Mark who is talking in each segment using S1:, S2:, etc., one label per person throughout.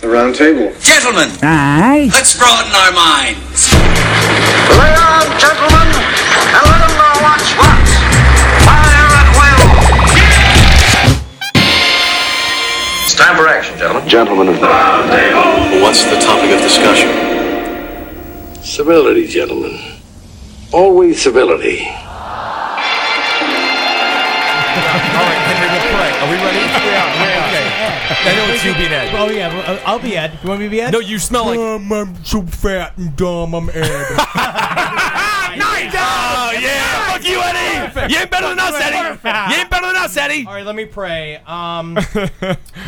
S1: The round table.
S2: Gentlemen,
S3: Aye.
S2: let's broaden our minds.
S4: Lay on, gentlemen, and let 'em know what's what. Fire at will. It's time for action, gentlemen.
S5: Gentlemen of the.
S6: What's the topic of discussion?
S5: Civility, gentlemen. Always civility.
S7: All right, Henry, we'll pray. Are we ready? Yeah, Okay. I know it's you being Ed.
S8: Oh yeah, well, I'll be Ed. You want me to be Ed?
S7: No, you smell like.
S8: Um, I'm so fat and dumb. I'm Ed.
S7: Nice! Oh, yeah! Fuck you, Eddie! You ain't better than us, Eddie! You ain't better than us, Eddie!
S8: All right, let me pray. Um,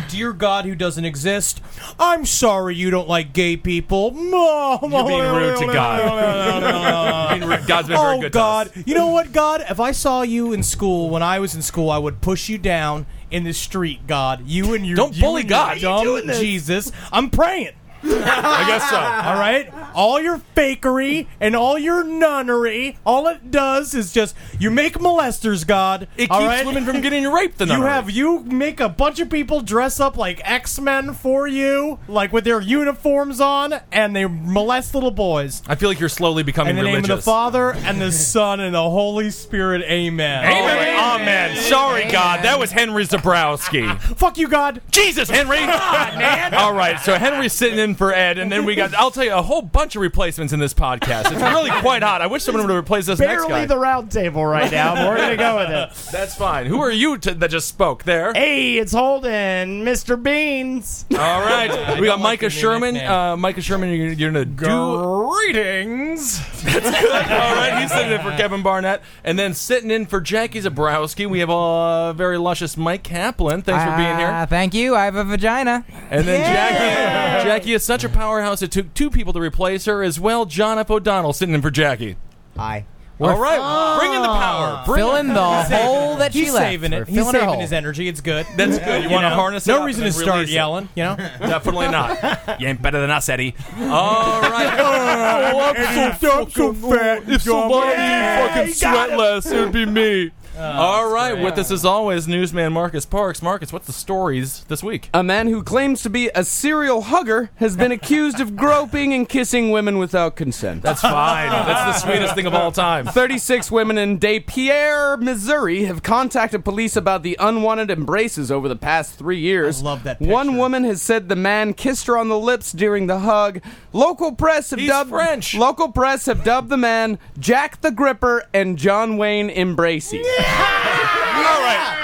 S8: dear God, who doesn't exist, I'm sorry you don't like gay people. You're
S7: You're being rude to God. Being rude- God's been very
S8: oh
S7: good to
S8: God!
S7: us.
S8: You know what, God? If I saw you in school when I was in school, I would push you down in the street, God. You and your
S7: Don't
S8: you
S7: bully
S8: and your
S7: God. Why are you
S8: dumb
S7: doing this?
S8: Jesus. I'm praying.
S7: I guess so.
S8: All right, all your fakery and all your nunnery, all it does is just you make molesters, God.
S7: It keeps
S8: all right?
S7: women from getting raped. The
S8: You
S7: number.
S8: have you make a bunch of people dress up like X Men for you, like with their uniforms on, and they molest little boys.
S7: I feel like you're slowly
S8: In
S7: becoming
S8: the
S7: religious.
S8: name of the Father and the Son and the Holy Spirit, Amen.
S7: Amen. Amen. Oh, Sorry, God. That was Henry Zabrowski.
S8: Fuck you, God.
S7: Jesus, Henry. All right. So Henry's sitting in for Ed, and then we got, I'll tell you, a whole bunch of replacements in this podcast. It's really quite hot. I wish someone would replace this next guy.
S8: Barely the round table right now. but We're gonna go with it.
S7: That's fine. Who are you to, that just spoke there?
S8: Hey, it's Holden, Mr. Beans.
S7: All right. We got
S8: like
S7: Micah
S8: your new
S7: Sherman.
S8: nickname.
S7: Uh, Micah Sherman, you're, you're going to do.
S8: Greetings.
S7: All right, he's sitting in for Kevin Barnett, and then sitting in for Jackie Zabrowski. We have a uh, very luscious Mike Kaplan. Thanks for being here.
S9: Ah, thank you. I have a vagina.
S7: And then Jackie, Jackie is such a powerhouse. It took two people to replace her as well. John F. O'Donnell sitting in for Jackie.
S9: Hi.
S7: All right, bring in the power. Bring
S9: Fill in the hole that she
S8: He's
S9: left.
S8: saving
S9: We're
S8: it. He's
S9: filling her
S8: saving
S9: hole.
S8: his energy. It's good.
S7: That's good. You want to
S8: know?
S7: harness it
S8: No
S7: up
S8: reason
S7: and
S8: to
S7: then
S8: start
S7: release it.
S8: yelling. You know.
S7: Definitely not. You ain't better than us, Eddie. All right. oh, I'm so, fat. If somebody fucking sweat less, it would be me. All right. With us as always, newsman Marcus Parks. Marcus, what's the stories this week?
S10: A man who claims to be a serial hugger has been accused of groping and kissing women without consent.
S7: That's fine. That's the sweetest thing of all time.
S10: 36 women in De Pierre, Missouri have contacted police about the unwanted embraces over the past three years.
S8: I love that
S10: One
S8: picture.
S10: woman has said the man kissed her on the lips during the hug. Local press have
S7: He's
S10: dubbed
S7: French.
S10: Local press have dubbed the man Jack the Gripper and John Wayne Embracey.
S7: All right.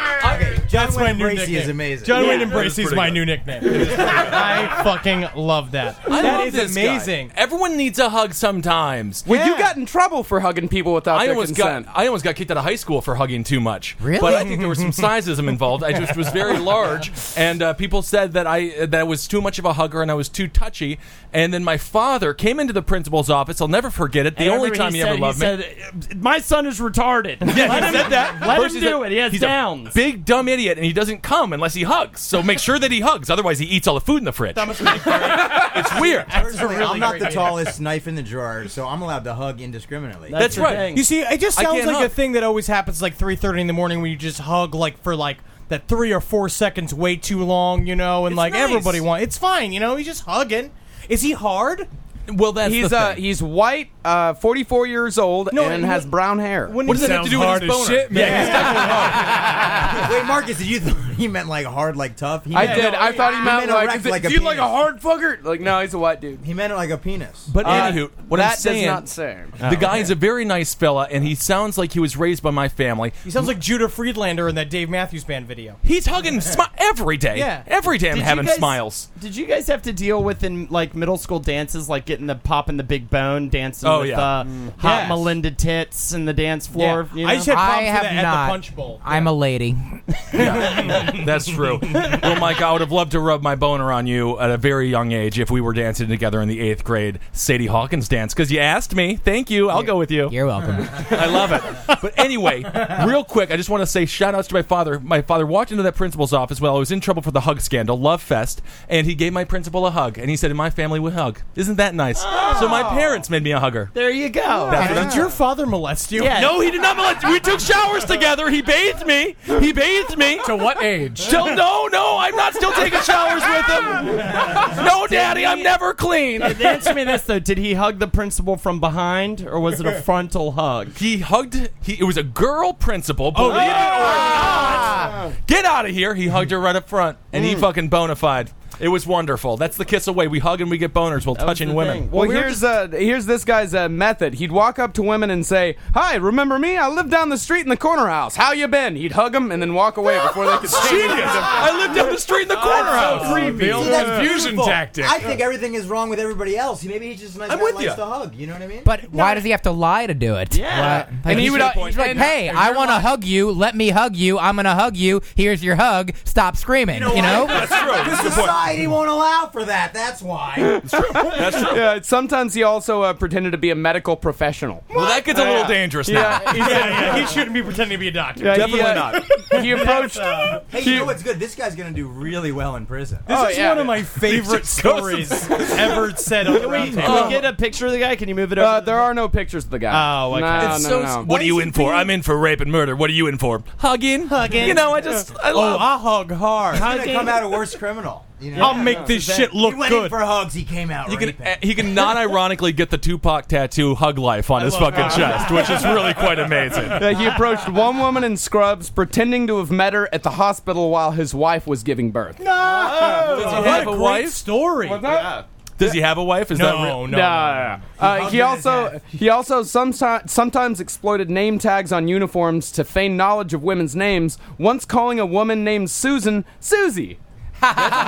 S8: That's my new
S9: Embracey
S8: nickname.
S9: is amazing.
S8: John Wayne
S7: that is
S8: Embracey is
S7: pretty
S8: my
S7: good.
S8: new nickname. I fucking love that.
S7: I
S8: That
S7: love
S8: is
S7: this guy.
S8: amazing.
S7: Everyone needs a hug sometimes.
S10: Well, you got in trouble for hugging people without
S7: I
S10: their
S7: almost
S10: consent.
S7: got I almost got kicked out of high school for hugging too much.
S9: Really?
S7: But I think there was some sizism involved. I just was very large, and uh, people said that I that I was too much of a hugger and I was too touchy. And then my father came into the principal's office. I'll never forget it. The
S8: And I
S7: only
S8: remember
S7: time he,
S8: said-
S7: ever loved me.
S8: said, "My son is retarded. let him, said that. Let
S7: First he's a- he's A big dumb idiot, and he doesn't come unless he hugs. So make sure that he hugs. Otherwise, he eats all the food in the fridge. it's weird.
S9: Personally, I'm not the tallest knife in the drawer, so I'm allowed to hug indiscriminately.
S7: That's right.
S8: You see, it just
S7: I
S8: sounds
S7: can't
S8: like a
S7: hug.
S8: thing that always happens, like three thirty in the morning, when you just hug like for like that three or four seconds, way too long, you know, and
S7: It's
S8: like
S7: nice.
S8: everybody wants. It's fine, you know. He's just hugging. Is he hard?
S7: Well, that's
S10: He's
S7: the
S10: uh,
S7: thing.
S10: he's white, uh, 44 years old,
S8: No,
S10: and
S8: it-
S10: has brown hair.
S8: When
S7: What
S8: he-
S7: does that have to do with his boner?
S8: Yeah, he's definitely hard.
S9: Wait, Marcus, did you thought he meant like hard, like tough? He
S10: I
S9: meant-
S10: did. I thought he meant
S9: meant
S10: like,
S9: erect
S10: is it-
S9: like a
S10: do you like a
S9: penis."
S10: hard fucker? Like, no, he's a white dude.
S9: He meant it like a penis.
S7: But
S10: Uh,
S7: anywho, what
S10: that
S7: I'm saying,
S10: does not sound.
S7: the guy is a very nice fella, and he sounds like he was raised by my family.
S8: He sounds like Judah Friedlander in that Dave Matthews Band video.
S7: He's hugging smi- every day.
S8: Yeah.
S7: every day I'm having smiles.
S11: Did you guys have to deal with in like middle school dances, like getting the popping the big bone, dancing
S7: Oh,
S11: with
S7: yeah.
S11: uh, hot
S8: Yes.
S11: Melinda tits in the dance floor?
S8: Yeah.
S11: you
S8: I
S11: know?
S8: just had
S9: I
S8: problems with
S9: have
S8: that at
S9: not.
S8: the punch bowl.
S9: I'm a lady.
S7: That's true. well, Mike, I would have loved to rub my boner on you at a very young age if we were dancing together in the eighth grade Sadie Hawkins dance because you asked me. Thank you. I'll go with you.
S9: You're welcome.
S7: I love it. But anyway, real quick, I just want to say shout outs to my father. My father walked into that principal's office while I was in trouble for the hug scandal, Love Fest, and he gave my principal a hug. And he said, In my family, we hug. Isn't that nice? So my parents made me a hugger.
S11: there you go.
S7: That's what I'm
S8: Did your father molest you?
S11: Yeah.
S7: No, he did not molest. We took showers together. He bathed me. He bathed me. To what age?
S1: age.
S10: Still, no, no, I'm not still taking showers with him. No, Daddy, I'm never clean.
S11: Answer me this though: Did he hug the principal from behind, or was it a frontal hug?
S7: He hugged. He, it was a girl principal.
S8: Oh,
S7: Believe it or not. Get out of here. He hugged her right up front, and
S8: Mm.
S7: he fucking bona fide. It was wonderful. That's the kiss away. We hug and we get boners while touching
S11: the
S7: women.
S11: thing.
S10: Well,
S11: we were
S10: here's uh, here's this guy's uh, method. He'd walk up to women and say, "Hi, remember me? I live down the street in the corner house. How you been?" He'd hug them and then walk away before they could see
S7: Genius. I lived down the street in the corner house.
S1: The old
S9: See, that's
S1: confusion
S9: beautiful.
S1: tactic.
S9: I think everything is wrong with everybody else. Maybe he's just a nice
S7: I'm
S9: guy
S7: with
S9: likes
S7: ya.
S9: to hug. You know what I mean?
S1: But why does he have to lie to do it?
S11: Yeah.
S1: Why- like, uh,
S10: And he would- uh,
S1: he's
S10: he's
S1: like,
S10: like,
S1: hey, I want to hug you. Let me hug you. I'm going to hug you. Here's your hug. Stop screaming. You know?
S7: That's true. That's a good point.
S9: Society won't allow for that. That's why.
S7: That's true.
S10: Yeah, sometimes he also uh, pretended to be a medical professional.
S7: Well, that gets a little dangerous now.
S10: Yeah, he-
S8: he shouldn't be pretending to be a doctor.
S10: yeah, he,
S7: Definitely
S10: uh,
S7: not. uh,
S10: He approached.
S9: hey, you know what's good? This guy's gonna do really well in prison.
S8: This
S10: Oh,
S8: is
S10: yeah.
S8: one of my favorite stories ever said on the round table.
S11: Can we get a picture of the guy? Can you move it over?
S10: Uh, there are no pictures of the guy.
S11: Oh, okay.
S10: No,
S7: It's
S10: no,
S7: so-
S10: no.
S7: What are you in for? I'm in for rape and murder. What are you in for? Hugging, hugging. You know, I just, I
S8: Oh,
S7: love.
S8: I hug hard.
S9: He's gonna come out a worse criminal. You know?
S8: I'll make this shit
S9: he
S8: look
S9: went in
S8: good.
S9: for hugs. He came out.
S7: He can,
S9: raping.
S7: uh, he can non ironically get the Tupac tattoo hug life on his fucking chest, which is really quite amazing.
S10: Yeah, Uh, he approached one woman in scrubs, pretending to have met her at the hospital while his wife was giving birth. No,
S8: what
S7: Does he have
S8: a
S7: a
S8: great
S7: wife?
S8: story.
S7: Does he have a wife? Is that
S8: No,
S7: real?
S8: no,
S10: no, no, no. Uh, he
S9: it
S10: also
S9: in
S10: he also sometimes sometimes exploited name tags on uniforms to feign knowledge of women's names. Once calling a woman named Susan Susie.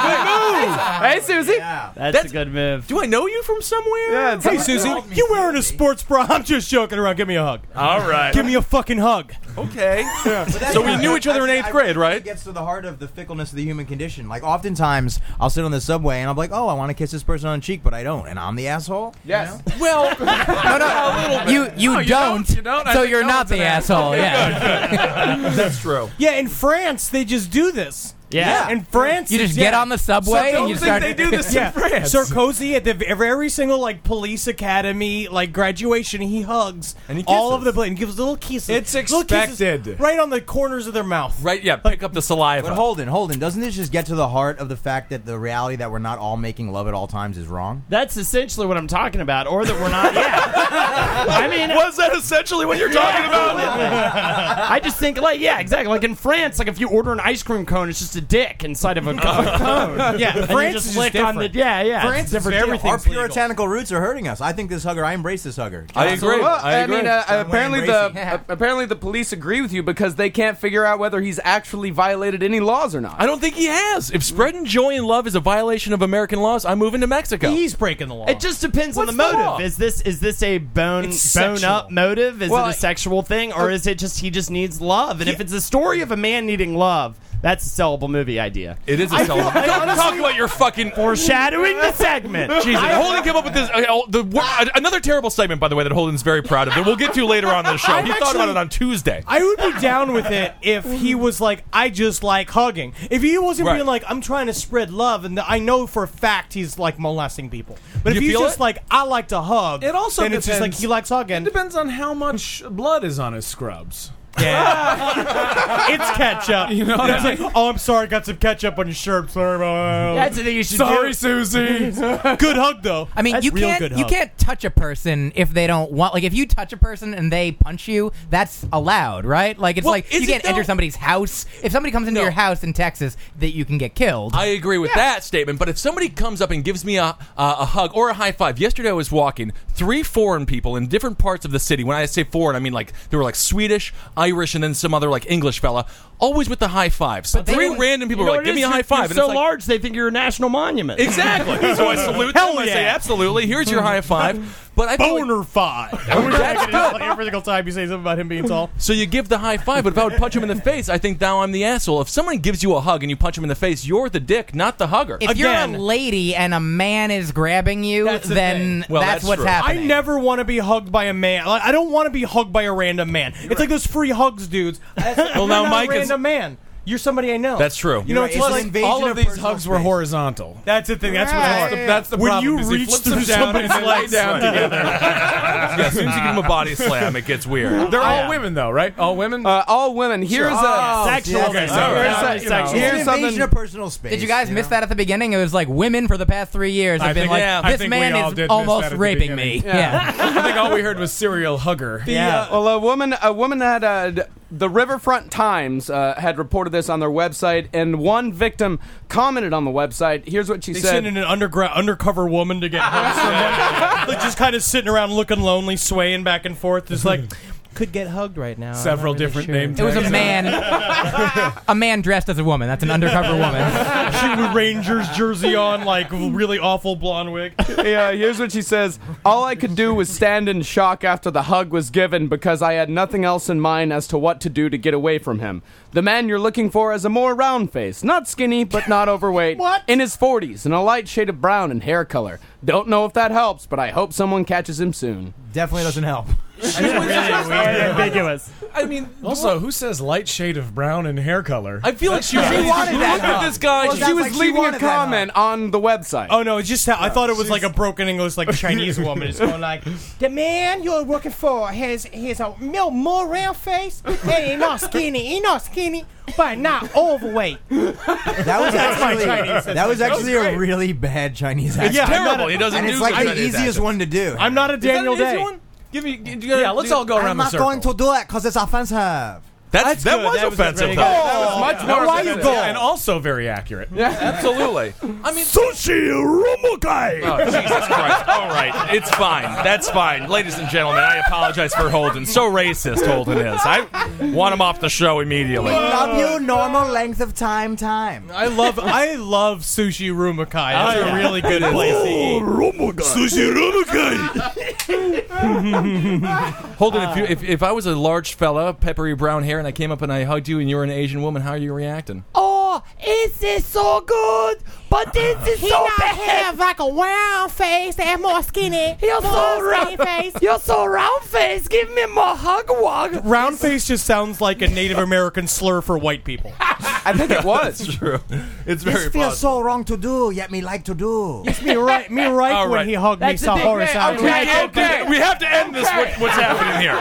S10: hey Susie.
S9: yeah.
S11: that's,
S7: that's-
S11: a good move.
S7: Do I know you from somewhere?
S10: Yeah, it's-
S8: Hey, Susie, you wearing a sports bra? I'm just joking around. Give me a hug.
S7: All right.
S8: Give me a fucking hug.
S7: okay.
S9: That's
S7: So we
S9: why-
S7: knew each other in
S9: I-
S7: eighth
S9: I-
S7: grade, right?
S9: It gets to the heart of the fickleness of the human condition. Like oftentimes, I'll sit on the subway and I'm like, "Oh, I want to kiss this person on the cheek, but I don't," and I'm the asshole. you
S10: Yes.
S9: know?
S7: Well, no, no, a little bit.
S1: You, you, don't,
S7: you don't. I
S1: so
S7: think
S1: you're
S7: no
S1: not
S7: one's
S1: the
S7: an
S1: asshole. Yeah.
S7: That's true.
S8: Yeah, in France, they just do this.
S11: Yeah.
S8: In France,
S1: You just
S8: yeah.
S1: get on the subway
S7: don't
S1: and you
S7: think
S1: start.
S7: they do this
S8: Yeah,
S7: in France.
S8: Sarkozy at the every, every single like police academy like graduation, he hugs
S7: And he
S8: all
S7: kisses.
S8: of the plane, gives little kisses.
S1: It's
S8: Little kisses
S1: expected.
S8: right on the corners of their mouth.
S7: Right, yeah, pick up the saliva.
S9: But Holden, Holden, doesn't this just get to the heart of the fact that the reality that we're not all making love at all times is wrong?
S11: That's essentially what I'm talking about, or that we're not. Yeah. I mean,
S7: Was that essentially what you're talking about?
S11: I just think like, yeah, exactly. Like in France, like if you order an ice cream cone, it's just a dick inside of a, co- cone.
S8: Yeah,
S11: And you
S8: France
S11: just
S8: is
S11: lick
S8: just
S11: on the
S8: different.
S11: yeah, yeah. it's
S8: France is
S11: different.
S8: very-
S11: deal.
S9: Our
S8: Everything's legal.
S9: puritanical roots are hurting us. I think this hugger, I embrace this hugger.
S7: I agree.
S10: Well,
S7: I
S10: I,
S7: agree.
S10: mean, uh,
S9: Somewhere
S10: apparently the
S9: embracing. Yeah.
S10: apparently the police agree with you because they can't figure out whether he's actually violated any laws or not.
S7: I don't think he has. If spreading joy and love is a violation of American laws, I'm moving to Mexico.
S8: He's breaking the law.
S11: It just depends
S7: What's
S11: on
S7: the
S11: the motive.
S7: law?
S11: is this is this a bone bone
S8: It's sexual. uh,
S11: up motive? Is
S10: Well,
S11: it
S10: I-
S11: a sexual thing, or is it just he just needs love? And if it's a story of a man needing love, that's a sellable movie idea.
S7: It is a celebration. Don't talk about your fucking.
S11: Foreshadowing the segment.
S7: Jesus, Holden came up with this. uh, oh, the, wor- uh, another terrible statement, by the way, that Holden's very proud of. That we'll get to later on in the show.
S8: I'm
S7: he thought about
S8: actually-
S7: it on Tuesday.
S8: I would be down with it if he was like, I just like hugging. If he wasn't
S7: Right.
S8: being like, I'm trying to spread love, and I know for a fact he's like molesting people. But
S7: You
S8: if he's
S7: feel
S8: just
S7: it?
S8: like, I like to hug,
S1: It also
S8: then it's just like
S1: depends-
S8: he likes hugging.
S1: It depends on how much blood is on his scrubs.
S8: it's ketchup. You know, it's like, oh, I'm sorry, got some ketchup on your shirt. Sorry about
S11: That's the thing you should do.
S1: Susie.
S8: Good hug though.
S1: I mean,
S8: That's
S1: you
S8: real
S1: can't
S8: good
S1: you
S8: hug.
S1: can't touch a person if they don't want. Like, if you touch a person and they punch you, that's allowed, right? Like, it's
S7: Well,
S1: like you
S7: is it
S1: can't enter
S7: though?
S1: somebody's house. If somebody comes into
S7: No.
S1: your house in Texas, that you can get killed.
S7: I agree with that statement, but if somebody comes up and gives me a, uh, a hug or a high five, yesterday I was walking, three foreign people in different parts of the city. When I say foreign, I mean like they were like Swedish, Irish, and then some other like English fella, always with the high fives. So
S1: they
S7: three
S1: don't-
S7: random people
S11: You know
S7: were
S11: what
S7: like,
S11: it
S7: "Give
S11: is?
S7: me a
S11: You're-
S7: high five.
S11: You're
S7: and
S11: so
S7: it's like,
S11: large, they think you're a national monument.
S7: Exactly. So I salute
S8: Hell
S7: them. I
S8: yeah.
S7: say, absolutely. Here's your high five. But I feel like-
S8: boner five. That's good. Like every single time you say something about him being tall.
S7: so you give the high five, but if I would punch him in the face, I think now I'm the asshole. If someone gives you a hug and you punch him in the face, you're the dick, not the hugger.
S1: if you're a
S8: Again.
S1: lady and a man is grabbing you,
S8: That's the
S1: then
S7: Well,
S1: that's,
S7: that's
S1: what's
S7: true.
S8: I
S1: happening.
S8: never want to be hugged by a man. Like, I don't want to be hugged by a random man. it's like those free hugs dudes. well,
S7: now
S8: not
S7: Mike
S8: a
S7: is-
S8: random man. You're somebody I know.
S7: That's true.
S8: You know, it's,
S9: It's an
S8: like
S9: invasion
S3: All of
S9: of
S3: these
S9: personal
S3: hugs were
S9: space.
S3: horizontal.
S8: that's the thing. That's what's hard.
S7: That's the
S8: When
S7: problem.
S8: you
S7: is he
S8: reach
S7: flips
S8: through
S7: them down and
S8: somebody's
S7: they lay
S8: legs.
S7: down together. yeah, as soon as you give him a body slam, it gets weird.
S3: They're all women, though, right? All women.
S10: Uh, all women. Here's a.
S8: Sexual.
S9: Okay,
S8: so-
S3: all
S10: Here's,
S3: right,
S10: a-
S3: you know.
S10: here's
S9: It's an
S10: something.
S9: invasion of personal space.
S1: Did you guys miss that at the beginning? It was like women for the past three years have been
S3: think-
S1: like,
S3: yeah, I
S1: this
S3: think we all
S1: man
S3: did
S1: is
S3: miss that at
S1: almost
S3: the
S1: raping me.
S3: beginning.
S1: Yeah.
S3: I think all we heard was serial hugger.
S10: The, uh,
S7: Oh,
S10: well, a woman, a woman had uh, d- the Riverfront Times uh, had reported this on their website, and one victim commented on the website. Here's what she
S8: They
S10: said:
S8: send in an underground, undercover woman to get hugs from them. Like, just kind of sitting around looking lonely, swaying back and forth. Just like, could get hugged right now. I'm not
S3: Several
S8: really
S3: different
S8: sure.
S3: name
S1: It was a
S3: tags.
S1: man, a man dressed as a woman. That's an undercover woman.
S8: She with a Rangers jersey on, like really awful blonde wig.
S10: yeah, here's what she says. All I could do was stand in shock after the hug was given because I had nothing else in mind as to what to do to get away from him. The man you're looking for is a more round face, not skinny, but not overweight.
S8: What?
S10: In his 40s, and a light shade of brown and hair color. Don't know if that helps, but I hope someone catches him soon.
S9: Definitely doesn't help.
S11: ambiguous.
S3: I mean, also, who says light shade of brown and hair color?
S7: I feel like she, really
S9: wanted that
S7: looked at
S9: hug.
S7: this guy.
S9: Well,
S7: she-
S9: that's
S10: she was
S9: like she
S10: leaving a
S9: wanted that
S10: comment on the website.
S8: Oh no, it's just how, I thought it was like a broken English, like Chinese woman. It's going like, the man you're working for has has a no more round face. He ain't not skinny. He not skinny, but not overweight.
S9: That was actually
S8: Chinese.
S9: that was actually a really bad Chinese accent.
S8: Yeah, I'm not
S7: terrible.
S8: a-
S7: He doesn't
S9: and
S7: do
S9: it's like the
S7: Chinese
S9: easiest
S7: accents.
S9: one to do.
S8: I'm not a
S7: Is that
S8: Daniel
S7: an easy
S8: Day.
S7: one? Give me. do you-
S3: Yeah, let's
S7: do-
S3: all go around
S9: I'm
S3: the
S9: not
S3: circle.
S9: going to do that because it's offensive.
S7: That's, that
S8: good.
S7: was
S8: That was
S7: offensive.
S8: very
S7: though.
S8: good.
S7: That was much more.
S3: Why you
S7: offensive.
S3: go? And also very accurate.
S7: Absolutely. I mean,
S3: Sushi Romukai.
S7: Oh, Jesus Christ. All right. It's fine. That's fine. Ladies and gentlemen, I apologize for Holden. So racist Holden is. I want him off the show immediately.
S9: Love you, normal length of time, time.
S8: I love I love sushi rumakai.
S7: Oh,
S8: It's a really good place to eat.
S3: Sushi Romukai.
S7: Holden, if, you, if, if I was a large fella, peppery brown hair, and I came up and I hugged you and you were an Asian woman, how are you reacting?
S11: Oh, this is so good, but this is so bad. have like a round face and more skinny. You're so round face. You're so round face. Give me more hug wug.
S8: Round face just sounds like a Native American slur for white people.
S10: I think it was.
S7: True. It's
S9: This
S7: very
S9: feels so wrong to do, yet me like to do.
S8: me right, me right
S7: All
S8: when
S7: right.
S8: he hugged
S11: That's
S8: me
S11: a
S8: saw
S11: big
S8: Horace
S11: man.
S8: out.
S11: Okay.
S7: Okay, we have to end this. What, what's happening here?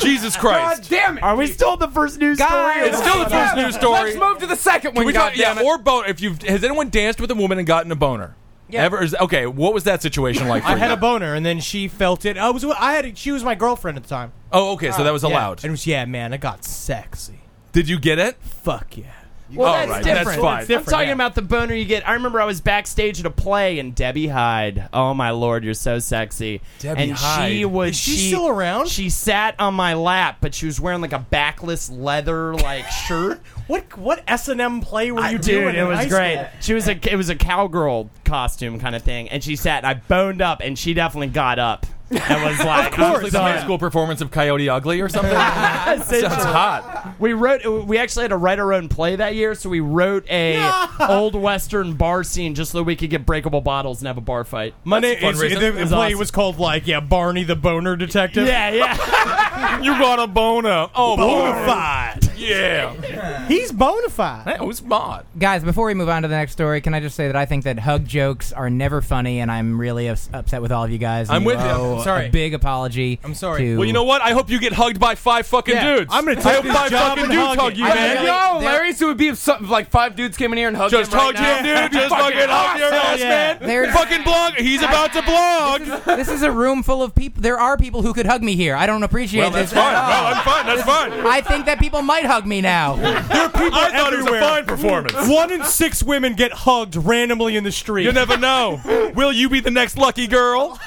S7: Jesus Christ!
S10: Damn it!
S11: Are we still the first news story?
S7: It's still the first news story.
S10: Let's move to the second one.
S7: Can we talk, yeah,
S10: goddammit.
S7: or boner? If you have has anyone danced with a woman and gotten a boner? Yeah. Ever? Is, okay, what was that situation like? For
S8: I had
S7: you?
S8: a boner, and then she felt it. I was, I had, she was my girlfriend at the time.
S7: Oh, okay, so that was allowed.
S8: Yeah. And it was, yeah, man, I got sexy.
S7: Did you get it?
S8: Fuck yeah.
S11: Well,
S7: All
S11: that's
S7: right,
S11: different.
S7: that's fine.
S8: different,
S11: I'm talking
S8: yeah.
S11: about the boner you get. I remember I was backstage at a play and Debbie Hyde. Oh my lord, you're so sexy.
S3: Debbie
S11: and she
S3: Hyde.
S11: was
S8: Is she
S11: she-
S8: still around?
S11: She sat on my lap, but she was wearing like a backless leather like shirt.
S8: What what S and M play were you
S11: Dude,
S8: doing?
S11: it
S8: in
S11: was
S8: high
S11: great.
S8: school?
S11: She was a it was a cowgirl costume kind of thing, and she sat. And I boned up, and she definitely got up and was like,
S7: It was like the high school performance of Coyote Ugly or something. Sounds hot.
S11: We wrote. We actually had to write our own play that year, so we wrote a old western bar scene just so we could get breakable bottles and have a bar fight.
S8: My name
S7: fun
S8: is, the,
S7: reason.
S8: the
S11: It was
S8: play
S11: awesome.
S8: was called like yeah Barney the Boner Detective.
S11: Yeah, yeah.
S7: You got a boner. Oh,
S8: Bonafide.
S7: yeah.
S8: He's bonafide.
S7: That was mod.
S1: Guys, before we move on to the next story, can I just say that I think that hug jokes are never funny, and I'm really ups- upset with all of you guys.
S7: I'm
S1: You
S7: with you.
S1: owe
S7: I'm sorry.
S1: A big apology. I'm
S8: sorry.
S1: To
S7: Well, you know what? I hope you get hugged by five fucking dudes.
S8: I'm gonna
S7: I
S8: take
S7: hope
S8: this
S7: five
S8: job
S7: fucking
S8: and
S7: dudes
S8: hug
S7: hug
S8: it.
S7: you,
S8: I
S7: man.
S1: really-
S10: Yo,
S1: They're-
S10: Larry's, it would be if some, like five dudes came in here and hugged
S7: Just
S10: him.
S7: hug him,
S10: right now.
S7: dude. Just
S10: fucking
S7: fucking hug your ass, man.
S1: There's-
S7: Fucking blog. He's about to blog.
S1: this is a room full of people. There are people who could hug me here. I don't appreciate
S7: Well,
S1: this.
S7: that's fine.
S1: at all.
S7: Well, I'm fine. That's fine.
S1: I think that people might hug me now.
S7: I thought it was a
S8: everywhere.
S7: fine performance.
S8: One in six women get hugged randomly in the street.
S7: You never know. Will you be the next lucky girl?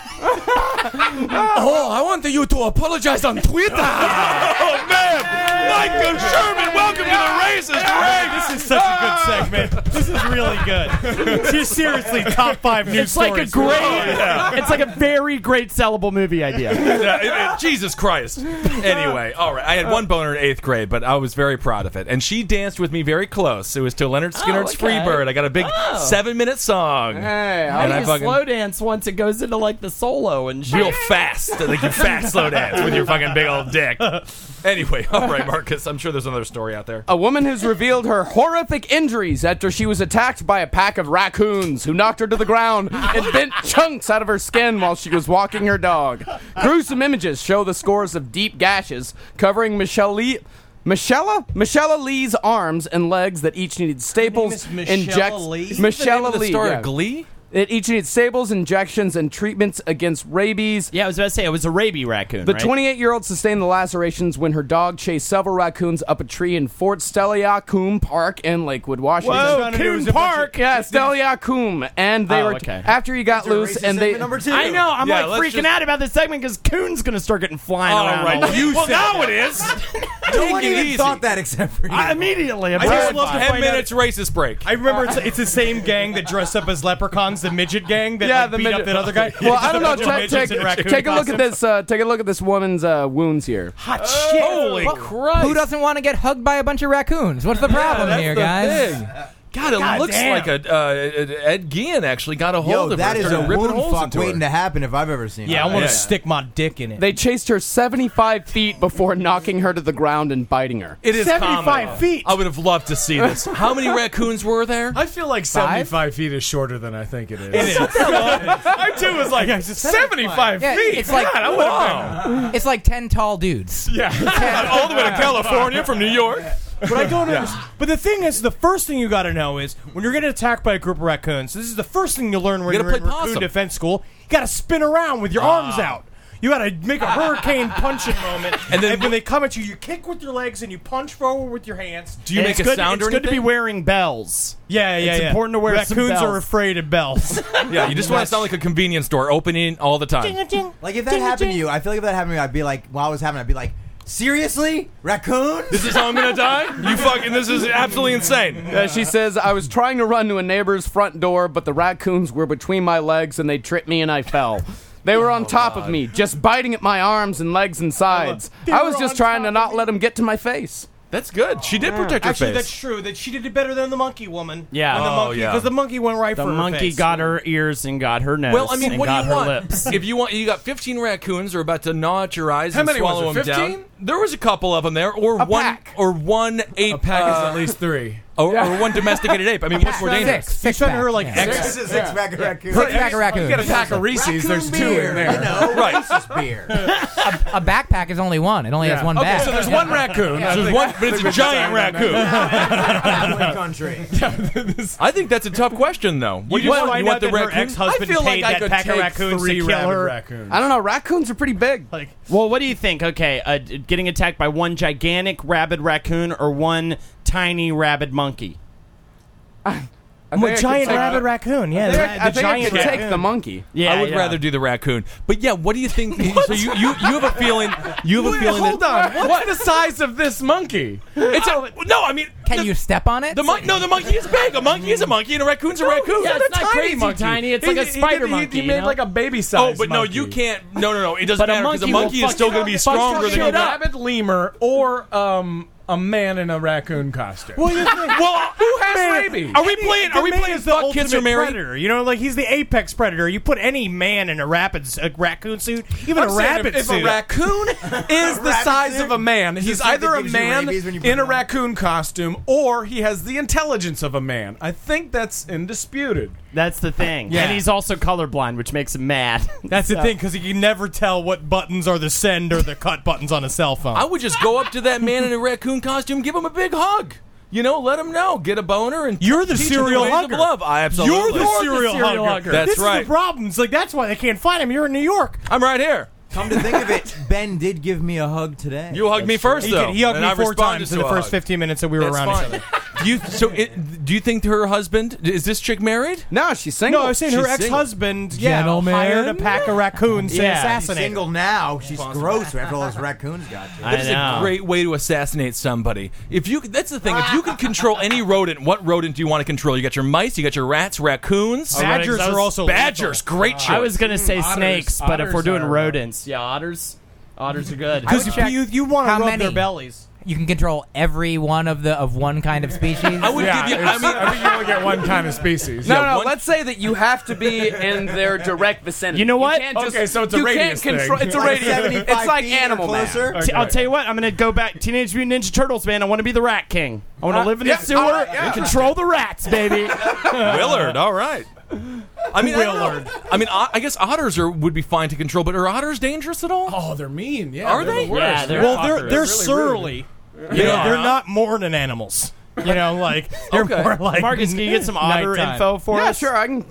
S7: oh, I want you to apologize on Twitter. oh, man. Michael Sherman, welcome to the Ah. racist
S8: Hey, this is such a good segment. This is really good. She's seriously top five news
S11: It's like a
S8: stories.
S11: great. It's like a very great sellable movie idea.
S7: Yeah, it- it- Jesus Christ. Anyway, all right. I had one boner in eighth grade, but I was very proud of it. And she danced with me very close. It was to Leonard Skinner's
S11: okay.
S7: Freebird. I got a big seven minute song.
S10: Hey, I'll
S7: and I
S11: You
S7: fucking.
S11: slow dance once it goes into like the solo and shit.
S7: Real fast, like you fast slow dance with your fucking big old dick. Anyway, all right, Marcus. I'm sure there's another story out there.
S10: A woman has revealed her horrific injuries after she was attacked by a pack of raccoons who knocked her to the ground and bent chunks out of her skin while she was walking her dog. Gruesome images show the scores of deep gashes covering Michelle Lee. Michelle, Michelle Lee's arms and legs that each needed staples,
S7: Michelle
S10: injects.
S7: Lee? Isn't the name
S10: Michelle
S7: of the
S10: Lee.
S7: story
S10: yeah.
S7: Glee?
S10: It each needed staples, injections, and treatments against rabies.
S12: Yeah, I was about to say it was a rabies raccoon.
S10: The
S12: right?
S10: 28 year old sustained the lacerations when her dog chased several raccoons up a tree in Fort Steliacum Park in Lakewood, Washington.
S12: Whoa, Just found out it Coon was a bunch Park! of-
S10: yeah, Steliacum, and they
S12: Oh,
S10: were
S12: okay.
S10: after he got loose, and they
S12: I know. I'm like freaking out about this segment because Coon's gonna start getting flying
S10: All
S12: around.
S10: right,
S12: all over.
S10: you
S12: well,
S10: said
S12: now
S10: that.
S12: it is.
S10: No one
S12: Take it
S10: even
S12: easy.
S10: thought
S9: that except for you.
S12: I immediately.
S7: I just love to Ten find out- minutes racist break.
S3: I remember it's, it's the same gang that dress up as leprechauns, the midget gang that
S10: yeah,
S3: like,
S10: the
S3: beat
S10: midget.
S3: up that other guy.
S10: Well,
S3: It's just
S10: I don't
S3: a
S10: know.
S3: bunch of
S10: Take,
S3: midgets
S10: take,
S3: in raccoon
S10: take a look at
S3: costumes.
S10: this. Uh, take a look at this woman's uh, wounds here.
S1: Hot shit!
S7: Holy Christ!
S1: Who doesn't want to get hugged by a bunch of raccoons? What's the problem
S7: that's
S1: here,
S7: the
S1: guys?
S7: thing. God, it looks like a uh, Ed Gein actually got a hold
S9: Yo,
S7: of
S9: that
S7: her,
S9: is
S7: started
S9: a
S7: ripping
S9: wound
S7: holes
S9: fuck
S7: into her.
S9: waiting to happen if I've ever seen. it.
S10: my dick in it. They chased her 75 feet before knocking her to the ground and biting her.
S7: It is common.
S10: Oh,
S7: I would have loved to see this. How many raccoons were there?
S3: I feel like
S7: Five?
S3: 75 feet is shorter than I think it is.
S7: It is.
S3: I too was like, 75
S1: Yeah,
S3: feet.
S1: It's like
S3: God, I would have been.
S1: it's like ten tall dudes.
S3: Yeah.
S7: All the way to California from New York.
S8: But I don't understand. But the thing is, the first thing you got to know is when you're getting attacked by a group of raccoons. This is the first thing you learn when
S7: You
S8: you are
S7: gotta
S8: in
S7: play
S8: raccoon
S7: possum. Ah.
S8: defense school. You got to spin around with your arms out. You got to make a hurricane punching moment.
S7: And
S8: And
S7: then-
S8: then when they come at you, you kick with your legs and you punch forward with your hands.
S12: Do you
S8: And
S12: make
S8: it's
S12: a
S8: good,
S12: sound
S8: It's
S12: or
S8: good to be
S12: anything?
S8: wearing bells. Yeah, yeah,
S12: It's
S8: yeah.
S12: important to wear some
S8: Raccoons
S12: bells.
S8: are afraid of bells.
S7: Yeah, you just want to sound like a convenience store opening all the time.
S9: Like if that happened to you, I feel like if that happened to me, I'd be like, while I was having, it, I'd be like, seriously, raccoon?
S7: This is how I'm gonna die? You fucking, this is absolutely insane.
S10: Uh, she says, I was trying to run to a neighbor's front door, but the raccoons were between my legs and they tripped me and I fell. They were on top of me, just biting at my arms and legs and sides.
S8: Oh, They
S10: I
S8: were
S10: was just
S8: on
S10: trying to not let them get to my face.
S7: That's good. She did protect her
S8: Actually,
S7: face.
S8: that's true. That she did it better than the monkey woman.
S12: Yeah.
S8: Than the
S12: Oh,
S8: monkey,
S12: yeah.
S8: Because the monkey went right
S12: The
S8: for
S12: monkey
S8: her face.
S12: got her ears and got her nose.
S7: Well, I mean,
S12: and
S7: what do
S12: got
S7: you
S12: her
S7: want?
S12: lips.
S7: If you want, you got 15 raccoons are about to gnaw at your eyes
S3: How
S7: and
S3: many was
S7: swallow
S3: it,
S7: them
S3: 15?
S7: down. There was a couple of them there, or one, or one ape. A
S3: pack is at least three.
S7: or, or one domesticated ape. I mean, what's more dangerous?
S1: Six. Six pack.
S3: her like
S1: yeah.
S3: X-
S9: This is a six pack of raccoon.
S1: Six pack of
S3: You
S1: raccoons.
S3: get a pack of Reese's. There's two in there.
S7: Right.
S9: beer.
S1: a backpack is only one. It only has one
S3: okay,
S1: bag.
S3: so there's
S1: Yeah.
S3: one raccoon.
S1: Yeah.
S3: I
S7: There's
S3: think-
S7: one, but it's a giant raccoon.
S9: country.
S7: I think that's a tough question, though. What
S8: You just find out that her ex-husband
S7: I feel
S8: paid
S7: like I
S8: that
S7: could
S8: pack of
S7: take
S8: raccoons
S7: three
S8: to kill
S7: rabid
S8: her.
S3: Raccoon.
S10: I don't know, raccoons are pretty big.
S8: Like,
S12: Well, what do you think? Okay, uh, d- getting attacked by one gigantic rabid raccoon or one tiny rabid monkey?
S10: I think I could
S8: giant
S10: take-
S8: rabid raccoon.
S10: I
S8: Yeah,
S10: think I-
S8: the,
S10: I think I
S8: giant
S10: could take the monkey.
S12: Yeah,
S7: I would
S12: yeah.
S7: rather do the raccoon. But yeah, what do you think? so you, you you have a feeling you have a feeling.
S3: Hold on.
S7: that,
S3: What's the size of this monkey?
S7: It's a, no, I mean
S1: Can you step on it?
S7: the monkey. No, the monkey is big. A monkey is a monkey, and a raccoon's a raccoon.
S12: yeah,
S3: It's
S12: it's
S3: a
S12: not
S3: tiny
S12: crazy
S3: monkey.
S12: tiny, it's like a
S3: he- he
S12: spider
S3: did- he-
S12: monkey,
S3: He
S12: you
S3: made
S12: know?
S3: like a baby
S7: Oh,
S3: size.
S7: but no, you can't. No, no, no. It doesn't
S12: But a
S7: matter because a
S12: monkey
S7: monkey is
S12: will fuck
S7: still
S12: you
S7: going
S12: up.
S7: to be
S12: Fuck you
S7: stronger
S12: up.
S7: than
S3: a
S7: you.
S12: Shut up.
S3: rabbit lemur or um a man in a raccoon costume.
S8: Well, you think-
S7: Well, who
S3: has
S8: Man,
S3: rabies?
S7: Are we playing?
S8: the
S7: Are we
S8: man
S7: playing?
S8: is the
S7: Fuck kids are
S8: ultimate
S7: married.
S8: predator? You know, like he's the apex predator. You put any man in a rapid a raccoon suit, even
S3: I'm
S8: a
S3: saying
S8: rabbit
S3: if, if
S8: suit.
S3: a raccoon is the
S9: Rabbit
S3: size
S9: suit?
S3: of a man,
S9: Is
S3: he's
S9: this
S3: either
S9: that
S3: a
S9: gives you
S3: man
S9: rabies when you put
S3: in
S9: it
S3: a
S9: on?
S3: raccoon costume or he has the intelligence of a man. I think that's indisputed.
S12: That's the thing.
S3: Yeah.
S12: And he's also colorblind, which makes him mad.
S8: That's the thing, because you can never tell what buttons are the send or the cut buttons on a cell phone.
S7: I would just go up to that man in a raccoon costume, give him a big hug. You know, let him know, get a boner, and
S8: You're the
S7: teach him
S8: serial
S7: ways
S8: hugger.
S7: Of love. I absolutely.
S8: You're the serial hugger.
S7: That's
S8: this
S7: right.
S8: is the problem. It's like that's why they can't find him. You're in New York.
S7: I'm right here.
S9: Come to think of it, Ben did give me a hug today.
S7: You hugged me first,
S8: He,
S7: though.
S8: did- he hugged
S7: and I
S8: me four
S7: responded
S8: times
S7: to
S8: in the
S7: a
S8: first
S7: hug.
S8: 15 minutes that we were
S7: That's
S8: around
S7: fine.
S8: each other.
S7: Do you so? It, do you think her husband is this chick married?
S10: No, she's single.
S8: No, I was saying her
S7: She's single.
S8: ex-husband yeah,
S1: Gentleman.
S8: hired a pack of raccoons to
S12: Yeah.
S9: She's
S8: assassinate.
S9: single now. She's gross after all those raccoons got to. her.
S12: I
S7: That is
S12: know.
S7: a great way to assassinate somebody. If you, that's the thing. If you could control any rodent, what rodent do you want to control? You got your mice, you got your rats,
S12: Oh,
S7: raccoons,
S8: Badgers
S12: I was-
S8: are also
S7: badgers. Great choice.
S12: Uh, I was gonna say
S3: Otters-
S12: snakes, but if
S3: otters
S12: we're doing
S3: are-
S12: rodents, yeah, otters, otters are good.
S1: I would check
S8: you, you want
S1: how
S8: to rub
S1: many.
S8: their bellies.
S1: You can control every one of the of one kind of species. I
S3: would Yeah, give you- I it's- mean- I think you only get one kind of species.
S10: No, no. Let's say that you have to be in their direct vicinity.
S12: You know what?
S10: can't just-
S3: Okay, so it's a
S10: you
S3: radius
S10: can't control,
S3: thing.
S10: It's a
S3: Like
S10: radius.
S3: 75
S10: It's like
S3: feet or
S10: animal man.
S3: closer?
S12: T- I'll tell you what. I'm gonna go back. Teenage Mutant Ninja Turtles, man. I want to be the Rat King. I want to
S7: Uh,
S12: live in
S7: yeah,
S12: the sewer
S7: all right, yeah.
S12: and control the rats, baby.
S7: Willard, all right. I mean, Willard. I, mean, o- I guess otters are would be fine to control, but are otters dangerous at all?
S3: Oh, they're mean. Yeah,
S7: are
S3: they're
S7: they?
S3: the worst. Yeah, they're
S8: well, they're they're
S3: It's really
S8: surly.
S3: rude.
S8: You know,
S3: Yeah.
S8: they're not mourning animals. You know, like they're
S1: Okay.
S8: more like
S1: Marcus, can you get some otter
S8: nighttime.
S1: info for Yeah, us?
S10: sure, I can.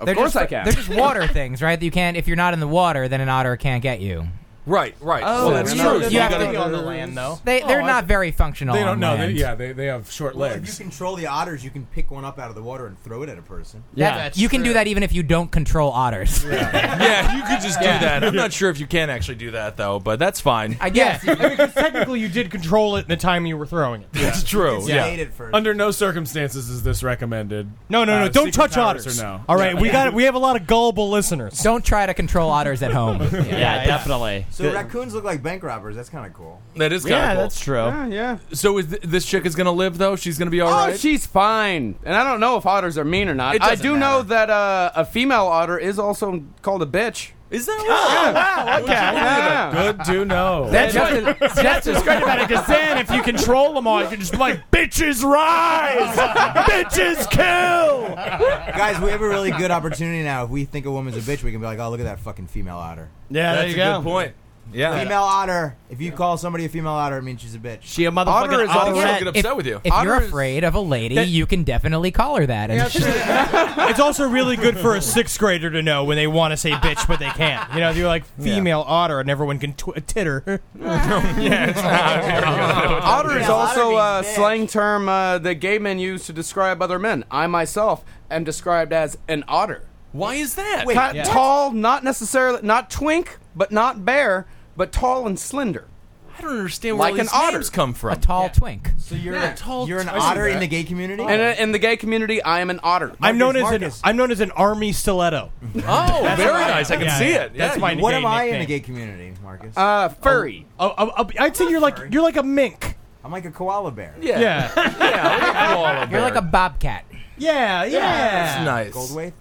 S10: Of course
S1: just,
S10: I can.
S1: They're just water things, right? That you can't. If you're not in the water, then an otter can't get you.
S7: Right, right.
S1: Oh,
S7: well, that's
S1: you
S7: true.
S1: know,
S7: You
S1: you
S7: gotta-
S1: have to- Oh,
S9: on the land, though.
S1: They they're
S9: Oh, I-
S1: not very functional.
S3: They don't
S1: on
S3: know. They,
S1: land.
S3: yeah, they, they have short
S9: Well, if you
S3: legs.
S9: control the otters, you can pick one up out of the water and throw it at a person.
S1: That- you can do that even if you don't control otters.
S7: yeah, you could just do
S1: Yeah.
S7: that. I'm
S1: Yeah.
S7: not sure if you can actually do that though, but that's fine.
S1: I guess.
S8: because technically you did control it in the time you were throwing it.
S7: That's true. Yeah.
S3: Under no circumstances is this recommended.
S8: No, no, no!
S3: Uh,
S8: don't
S3: secret
S8: touch
S3: powers
S8: otters.
S3: Or no.
S8: All right, we
S3: Yeah.
S8: got we have a lot of gullible listeners.
S1: Don't try to control otters at home. yeah,
S12: definitely.
S9: So raccoons look like bank robbers. That's kind of cool.
S7: That is kind
S9: Yeah,
S7: of cool.
S9: that's true. Yeah, yeah.
S7: So is th- this chick is gonna live though? She's gonna be all
S10: Oh,
S7: right.
S10: she's fine. And I don't know if otters are mean or not.
S7: It
S10: I
S7: doesn't
S10: do know that uh, a female otter is also called a bitch.
S7: Is that
S10: wow, okay. Yeah.
S3: Good to know.
S10: That's
S12: That's,
S10: what-
S12: that's what's great about it, because then if you control them all, you can just be like, bitches rise, bitches kill.
S9: Guys, we have a really good opportunity now. If we think a woman's a bitch, we can be like, "Oh, look at that fucking female otter."
S12: Yeah,
S7: that's a good point. Yeah.
S9: Female otter. If you call somebody a female otter, it means she's a bitch.
S12: She a
S1: motherfucking
S9: otter
S1: Otter
S9: is
S10: Oh,
S1: is
S9: also
S1: also-
S9: good.
S1: If- If you're afraid of a lady, you can definitely call her that. And
S8: it's also really good for a sixth grader to know when they want to say bitch but they can't. You know, if you're like female otter and everyone can tw- titter.
S10: Otter is
S8: Yeah, otter
S10: also a
S8: means bitch.
S10: slang term uh, that gay men use to describe other men. I myself am described as an otter.
S7: Why is that?
S10: Wait,
S7: yeah.
S10: Tall, not necessarily, not twink, but not bear, but tall and slender.
S7: I don't understand where
S10: Like
S7: all
S10: an
S7: these
S10: otter.
S7: names come from.
S1: tall twink.
S9: So you're
S7: Yeah,
S9: a,
S7: tall-
S9: you're an
S7: I see
S9: otter in
S7: that.
S9: the gay community.
S10: In, a, in the gay community, I am an otter.
S8: I'm known as an
S10: Marcus.
S8: I'm known as an army stiletto.
S7: Oh, very nice. I can
S8: Yeah,
S7: see
S8: yeah.
S7: it.
S8: That's
S7: yeah.
S8: my
S9: What
S8: gay
S9: am I in
S8: nickname.
S9: the gay community, Marcus?
S10: Uh, furry.
S8: Oh, oh, oh, I'd say you're like you're like a mink.
S9: I'm like a koala bear.
S7: Yeah.
S8: Yeah.
S7: yeah.
S1: You're like a bobcat.
S8: Yeah, yeah.
S7: That's nice.
S9: Goldwaith.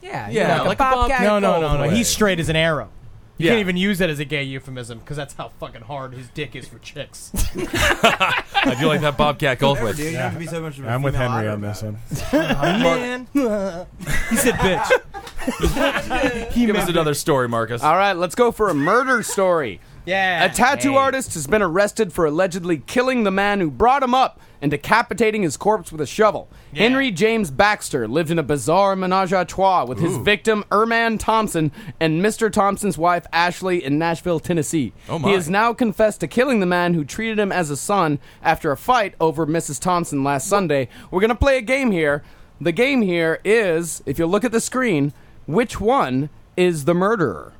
S1: Yeah,
S7: Yeah,
S1: you're
S7: like a bobcat.
S8: No, no, no, no.
S7: Goldthwait.
S8: He's straight as an arrow. You
S7: Yeah.
S8: can't even use that as a gay euphemism because that's how fucking hard his dick is for chicks.
S7: I do like that Bobcat
S9: Whatever, dude.
S7: Goldthwait.
S9: You don't have to be so much of a
S3: I'm with
S9: female
S3: Henry
S9: otter
S3: on
S9: about
S3: this
S9: it.
S3: one.
S8: Man, he said bitch. he
S7: Give
S8: meant
S7: us another story, Marcus.
S10: All right, let's go for a murder story.
S8: Yeah.
S10: A tattoo artist has been arrested for allegedly killing the man who brought him up and decapitating his corpse with a shovel. Henry James Baxter lived in a bizarre menage a trois with his victim, Erman Thompson, and Mr. Thompson's wife, Ashley, in Nashville, Tennessee.
S7: Oh, my.
S10: He has now confessed to killing the man who treated him as a son after a fight over Mrs. Thompson last Sunday. We're going to play a game here. The game here is if you look at the screen, which one is the murderer?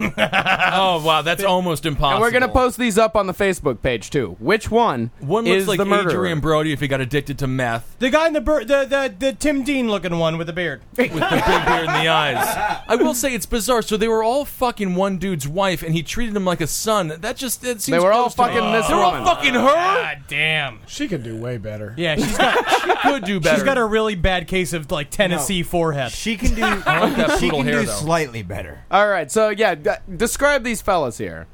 S7: Oh wow, that's almost impossible.
S10: And we're gonna post these up on the Facebook page too. Which one?
S7: One looks
S10: is
S7: like
S10: the murderer?
S7: Adrian Brody if he got addicted to meth
S8: The guy in the bir- the, the the Tim Dean looking one with the beard.
S7: with the big beard in the eyes. I will say it's bizarre. So they were all fucking one dude's wife, and he treated him like a son. That just that seems
S10: they were all
S7: close to me.
S10: fucking this
S7: They were all
S10: woman.
S7: fucking her.
S8: God damn.
S3: She could do way better.
S8: Yeah, she's got
S7: Could do better.
S8: she's got a really bad case of like Tennessee forehead.
S9: She can do.
S7: like that
S9: she
S7: poodle
S9: can
S7: hair,
S9: do
S7: though.
S9: slightly better.
S10: all right, so yeah, d- describe these fellas here.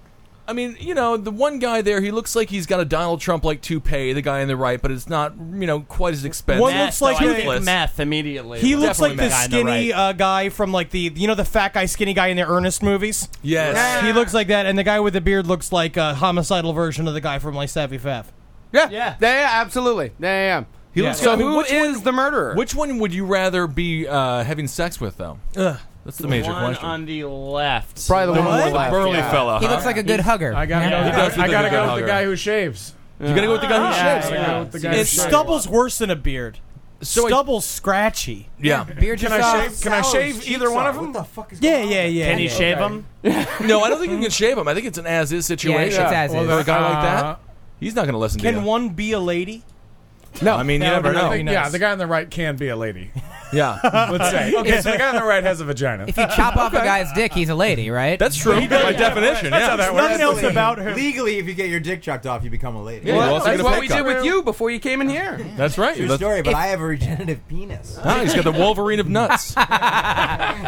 S7: I mean, you know, the one guy there, he looks like he's got a Donald Trump like toupee, the guy on the right, but it's not, you know, quite as expensive.
S8: One looks like
S7: Toothless.
S8: a-
S12: Meth immediately.
S8: He looks like
S7: Definitely
S8: the
S7: not. Guy on the
S8: skinny uh, guy from like the you know the fat guy skinny guy in the Ernest movies.
S7: Yes.
S8: He looks like that, and the guy with the beard looks like a homicidal version of the guy from like Savvy Fav.
S10: Yeah,
S8: Yeah.
S10: yeah, yeah, absolutely. Yeah, yeah. yeah.
S7: He looks-
S10: so
S7: I mean,
S10: who
S7: which
S10: is the murderer?
S7: Which one would you rather be uh, having sex with, though?
S8: Ugh.
S7: That's the major question.
S12: the left.
S10: probably the one
S8: What?
S10: with the left,
S7: Burly
S10: yeah.
S7: fella.
S1: He looks like a good hugger.
S3: I gotta
S1: Yeah.
S3: go.
S7: He does
S3: With the, I
S7: look
S3: gotta
S7: like a
S3: go with
S7: hugger.
S3: the guy who shaves.
S7: You gotta go with the guy who shaves.
S3: I gotta go with the guy who
S8: And
S3: shaves.
S8: stubble's worse than a beard.
S7: So I-
S8: stubble's scratchy.
S7: Yeah.
S1: Beard
S3: Can I shave? Can I
S8: Oh,
S9: Sallow
S3: shave
S9: cheeks
S3: either one
S9: are.
S3: of them?
S9: What the fuck is
S8: Yeah,
S9: going on?
S8: yeah, yeah.
S12: Can you
S8: yeah.
S12: shave him?
S7: No, I don't think you can shave him. I think it's an as is situation.
S1: it's as
S7: Well,
S1: is.
S7: a guy like
S3: Uh,
S7: that, he's not gonna listen to
S8: Can
S7: you.
S8: one be a lady?
S10: No, I mean you never know.
S3: Yeah, the guy on the right can be a lady.
S10: Yeah.
S3: Let's say. Okay, so the guy on the right has a vagina.
S1: If you chop off a guy's dick, he's a lady, right?
S7: That's
S3: true. He does. By definition, That's yeah. how that works. Nothing else
S9: about her. Legally, if you get your dick chopped off, you become a lady.
S10: Yeah, Well, you're also that's gonna what pick we up. did with you before you came in here.
S7: That's right.
S9: True
S7: That's-
S9: story, but
S7: If-
S9: I have a regenerative penis.
S7: Ah, he's got the Wolverine of nuts.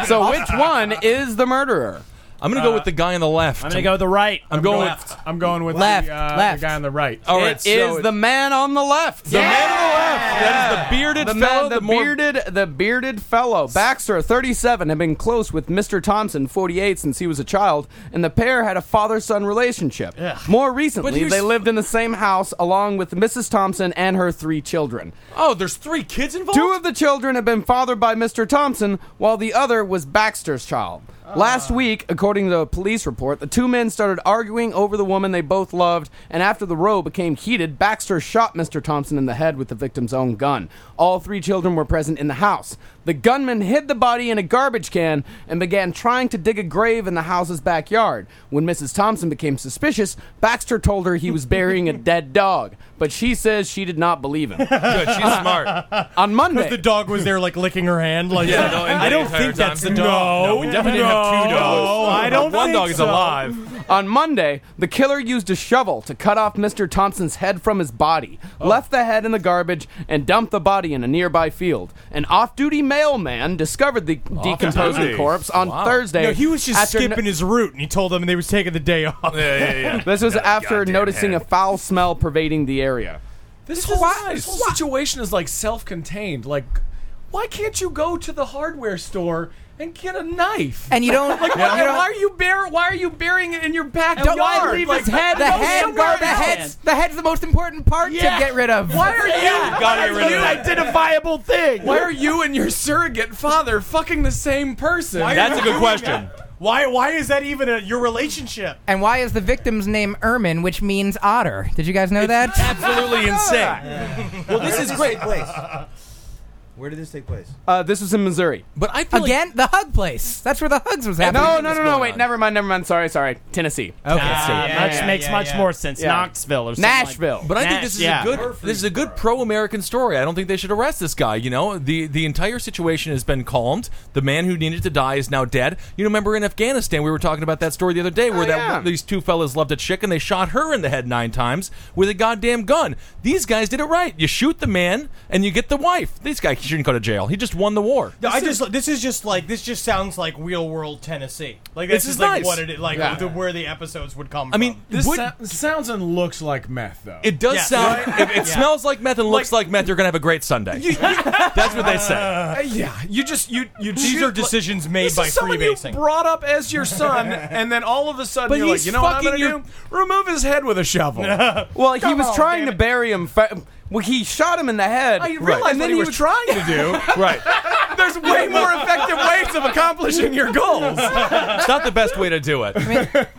S10: so which one is the murderer?
S7: I'm gonna go with the guy on the left.
S12: I'm gonna go with the right.
S7: I'm, going left.
S3: I'm going with
S10: Left,
S3: the, uh,
S10: left.
S3: the guy on the right.
S7: All right,
S10: It
S7: so
S10: is the man on the left. The man on the left.
S7: That is the bearded
S10: the
S7: fellow.
S10: Man, the,
S7: the more-
S10: bearded, the bearded fellow. Baxter, 37, had been close with Mr. Thompson, 48, since he was a child, and the pair had a father-son relationship. More recently,
S7: here's-
S10: they lived in the same house along with Mrs. Thompson and her three children.
S7: Oh, there's three kids involved.
S10: Two of the children had been fathered by Mr. Thompson, while the other was Baxter's child. Last week, according to a police report, the two men started arguing over the woman they both loved, and after the row became heated, Baxter shot Mr. Thompson in the head with the victim's own gun. All three children were present in the house. The gunman hid the body in a garbage can and began trying to dig a grave in the house's backyard. When Mrs. Thompson became suspicious, Baxter told her he was burying a dead dog, but she says she did not believe him.
S7: Good, she's smart.
S10: On Monday,
S8: The dog was there, like licking her hand. Like,
S7: Yeah, no, and
S8: I
S7: the
S8: don't
S7: entire
S8: think that's the
S7: time.
S8: dog.
S7: No, we definitely have two
S8: no,
S7: dogs.
S8: I don't.
S7: One
S8: think
S7: dog is
S8: so.
S7: alive.
S10: On Monday, the killer used a shovel to cut off Mr. Thompson's head from his body, left the head in the garbage, and dumped the body in a nearby field. An off duty mailman discovered the decomposing
S7: Off-duty.
S10: corpse on Thursday.
S8: No, he was just
S10: after
S8: skipping his route, and he told them they was taking the day off.
S7: Yeah, yeah, yeah.
S10: This was
S7: Got a
S10: after
S7: goddamn
S10: noticing
S7: head.
S10: a foul smell pervading the area.
S3: This, whole, this whole situation is like self-contained. Like, why can't you go to the hardware store and get a knife?
S1: And you don't.
S3: like, why,
S1: you don't-
S3: why are you bear? Why are you burying it in your backyard?
S1: don't leave
S3: like,
S1: his head. The
S3: go
S1: head,
S3: somewhere
S1: guard, the
S3: else.
S1: head's the head's the most important part to get rid of.
S3: Why are you?
S7: Gotta get rid of that.
S8: Identifiable thing.
S3: Why are you and your surrogate father fucking the same person?
S7: That's a good question.
S8: Why? Why is that even a, your relationship?
S1: And why is the victim's name Ermin, which means otter? Did you guys know that?
S7: Absolutely insane.
S9: Well, this is great. Place. Where did this take place?
S10: Uh, this was in Missouri.
S7: But I feel
S1: Again, the hug place. That's where the hugs was happening.
S10: No, no, no, no,
S7: going
S10: wait,
S7: on?
S10: never mind, never mind. Sorry, sorry. Tennessee.
S1: Okay.
S12: much makes much more sense.
S10: Yeah.
S12: Knoxville or something
S10: Nashville.
S12: Like
S7: But I think
S12: Nash-
S7: this is
S12: yeah.
S7: a good this is a good pro American story. I don't think they should arrest this guy. You know, the the entire situation has been calmed. The man who needed to die is now dead. You remember in Afghanistan we were talking about that story the other day where
S3: Oh,
S7: that
S10: yeah.
S7: these two fellas loved a chick and they shot her in the head nine times with a goddamn gun. These guys did it right. You shoot the man and you get the wife. This guy shouldn't go to jail. He just won the war.
S8: No, I just this is just like this just sounds like real world Tennessee. Like
S7: This
S8: this,
S7: is
S8: is, like
S7: nice.
S8: what it is like
S10: Yeah.
S8: the, where the episodes would come.
S7: I mean,
S3: This
S7: would-
S3: sou- sounds and looks like meth, though.
S7: it does
S8: Yeah.
S7: sound. If it smells like meth and looks like, meth, you're gonna have a great Sunday. That's what they say.
S3: Uh, yeah, you just you you.
S8: these are decisions made
S3: This
S8: by
S3: is someone you
S8: freebasing.
S3: brought up as your son, and then all of a sudden
S7: But
S3: you're like,
S7: he's
S3: you know what I'm gonna
S7: fucking
S3: do? Remove his head with a shovel.
S10: Well, he
S8: Come
S10: was
S8: on, Oh,
S10: trying
S8: damn
S10: to
S8: it.
S10: bury him. Fa- well, he shot him in the head.
S3: I realize what
S10: And then
S3: he was trying to do.
S7: Right.
S3: There's way more effective ways of accomplishing your goals.
S7: It's not the best way to do it.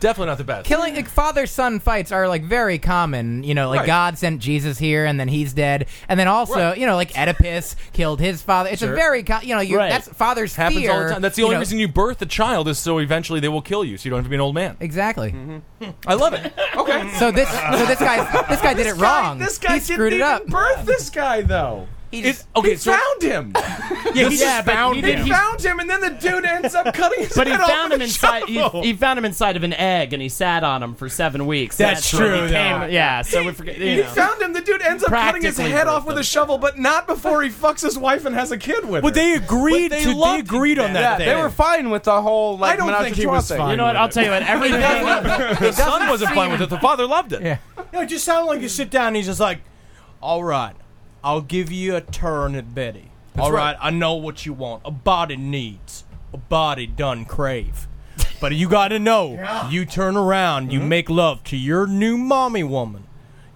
S7: Definitely not the best.
S1: Killing like, father-son fights are like very common, you know. Like
S7: Right.
S1: God sent Jesus here, and then he's dead, and then also, you know, like Oedipus killed his father. It's a very, co- you know, you
S12: Right.
S1: that's father's
S7: happens
S1: fear.
S7: all the time. That's the only
S1: know.
S7: reason you birth a child is so eventually they will kill you, so you don't have to be an old man.
S1: Exactly.
S7: Mm-hmm. I love it.
S10: Okay.
S1: So this, so this guy, this guy did it wrong.
S3: This guy
S1: he screwed
S3: didn't
S1: it up.
S3: even birth this guy though.
S1: He
S7: It,
S1: just-
S7: okay,
S3: he
S7: so
S3: found him.
S12: Yeah, he just found
S3: He
S12: him.
S3: found him, and then the dude ends up cutting his
S12: But he
S3: head off
S12: found
S3: with
S12: him
S3: a
S12: inside. He,
S3: shovel.
S12: he found him inside of an egg, and he sat on him for seven weeks.
S8: That's
S12: when
S8: true,
S12: he came-
S8: though.
S12: yeah. So we forget. You
S3: He
S12: know.
S3: found him. The dude ends up cutting his
S12: Practically
S3: head off
S12: birthed
S3: with
S12: him.
S3: a shovel, but not before he fucks his wife and has a kid with her.
S8: Well, they agreed.
S7: they
S8: to, they
S7: loved
S8: agreed on that.
S10: Yeah, they were fine with the whole like
S3: I don't
S10: menage
S3: think
S10: a
S3: he
S10: trois
S3: was
S10: thing.
S3: fine.
S12: You know what? I'll tell you what. Everything.
S7: the son wasn't fine with it. The father loved it.
S8: No, it just sounded like you sit down and he's just like, all right, I'll give you a turn at Betty. all right, I know what you want. A body needs. A body done crave. But you got to know, you turn around, you make love to your new mommy woman.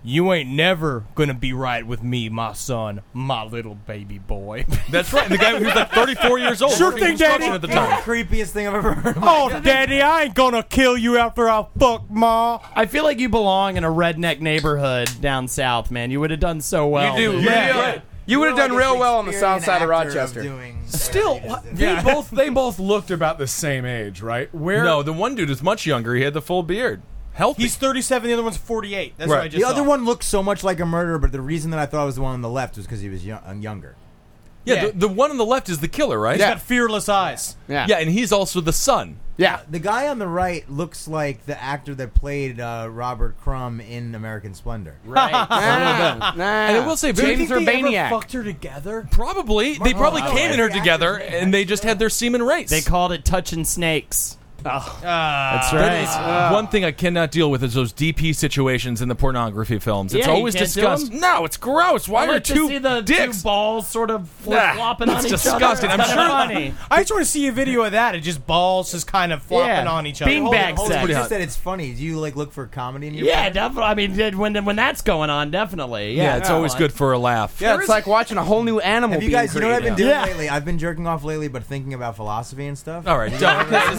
S8: You ain't never going to be right with me, my son, my little baby boy.
S7: That's right. And the guy who was like 34 years old.
S8: Sure
S7: working
S8: thing,
S7: construction
S8: Daddy.
S7: At the
S9: The
S7: time.
S9: creepiest thing I've ever heard.
S8: oh, daddy, I ain't going to kill you after I fuck ma.
S12: I feel like you belong in a redneck neighborhood down south, man. You would have done so well.
S7: do.
S12: dude.
S7: Yeah.
S10: You would have done real well on the south side of Rochester.
S3: Still, what- they both they both looked about the same age, right? Where
S7: No, the one dude was much younger. He had the full beard. healthy.
S8: He's 37. The other one's 48. That's what I just
S9: the other
S8: saw.
S9: one looked so much like a murderer, but the reason that I thought it was the one on the left was because he was young, younger.
S7: Yeah, The, the one on the left is the killer, right?
S9: He's got
S8: fearless eyes.
S7: Yeah. yeah, and he's also the son.
S10: Yeah.
S9: The guy on the right looks like the actor that played uh, Robert Crumb in American Splendor.
S7: Right. Nah, nah. And I will say,
S9: Do you
S7: James
S9: think they ever
S7: Urbaniak.
S9: fucked
S13: her together?
S7: Probably. They probably
S12: Oh,
S7: came
S12: okay.
S7: in her together, and they just had their semen race.
S12: They called it touching snakes. Oh. That's right.
S7: That is one thing I cannot deal with is those DP situations in the pornography films. It's
S12: Yeah, you
S7: always
S12: can't do
S7: discussed.
S12: them?
S7: No, it's gross. Why
S12: I
S7: are
S12: like to
S7: two
S12: see the two
S7: dicks?
S12: balls sort of
S7: Nah,
S12: flip-flopping on
S7: that's
S12: each other.
S7: disgusting.
S12: It's
S7: I'm
S12: kinda
S7: sure.
S12: funny.
S8: I just want to see a video of that. It just balls just kind of flopping
S12: Yeah.
S8: on each other.
S12: Beanbag Hold it, hold it. sex.
S9: It's just that it's funny. Do you like look for comedy? In your
S12: Yeah, definitely. I mean, did- when when that's going on, definitely. Yeah,
S7: Yeah, it's always good for a laugh.
S10: Yeah, it's like watching a whole new animal.
S9: Have you
S10: being
S9: guys? You know what I've been doing
S10: created. Yeah.
S9: lately? I've been jerking off lately, but thinking about philosophy and stuff.
S7: All right,
S9: You
S7: don't.
S9: guys-
S7: This is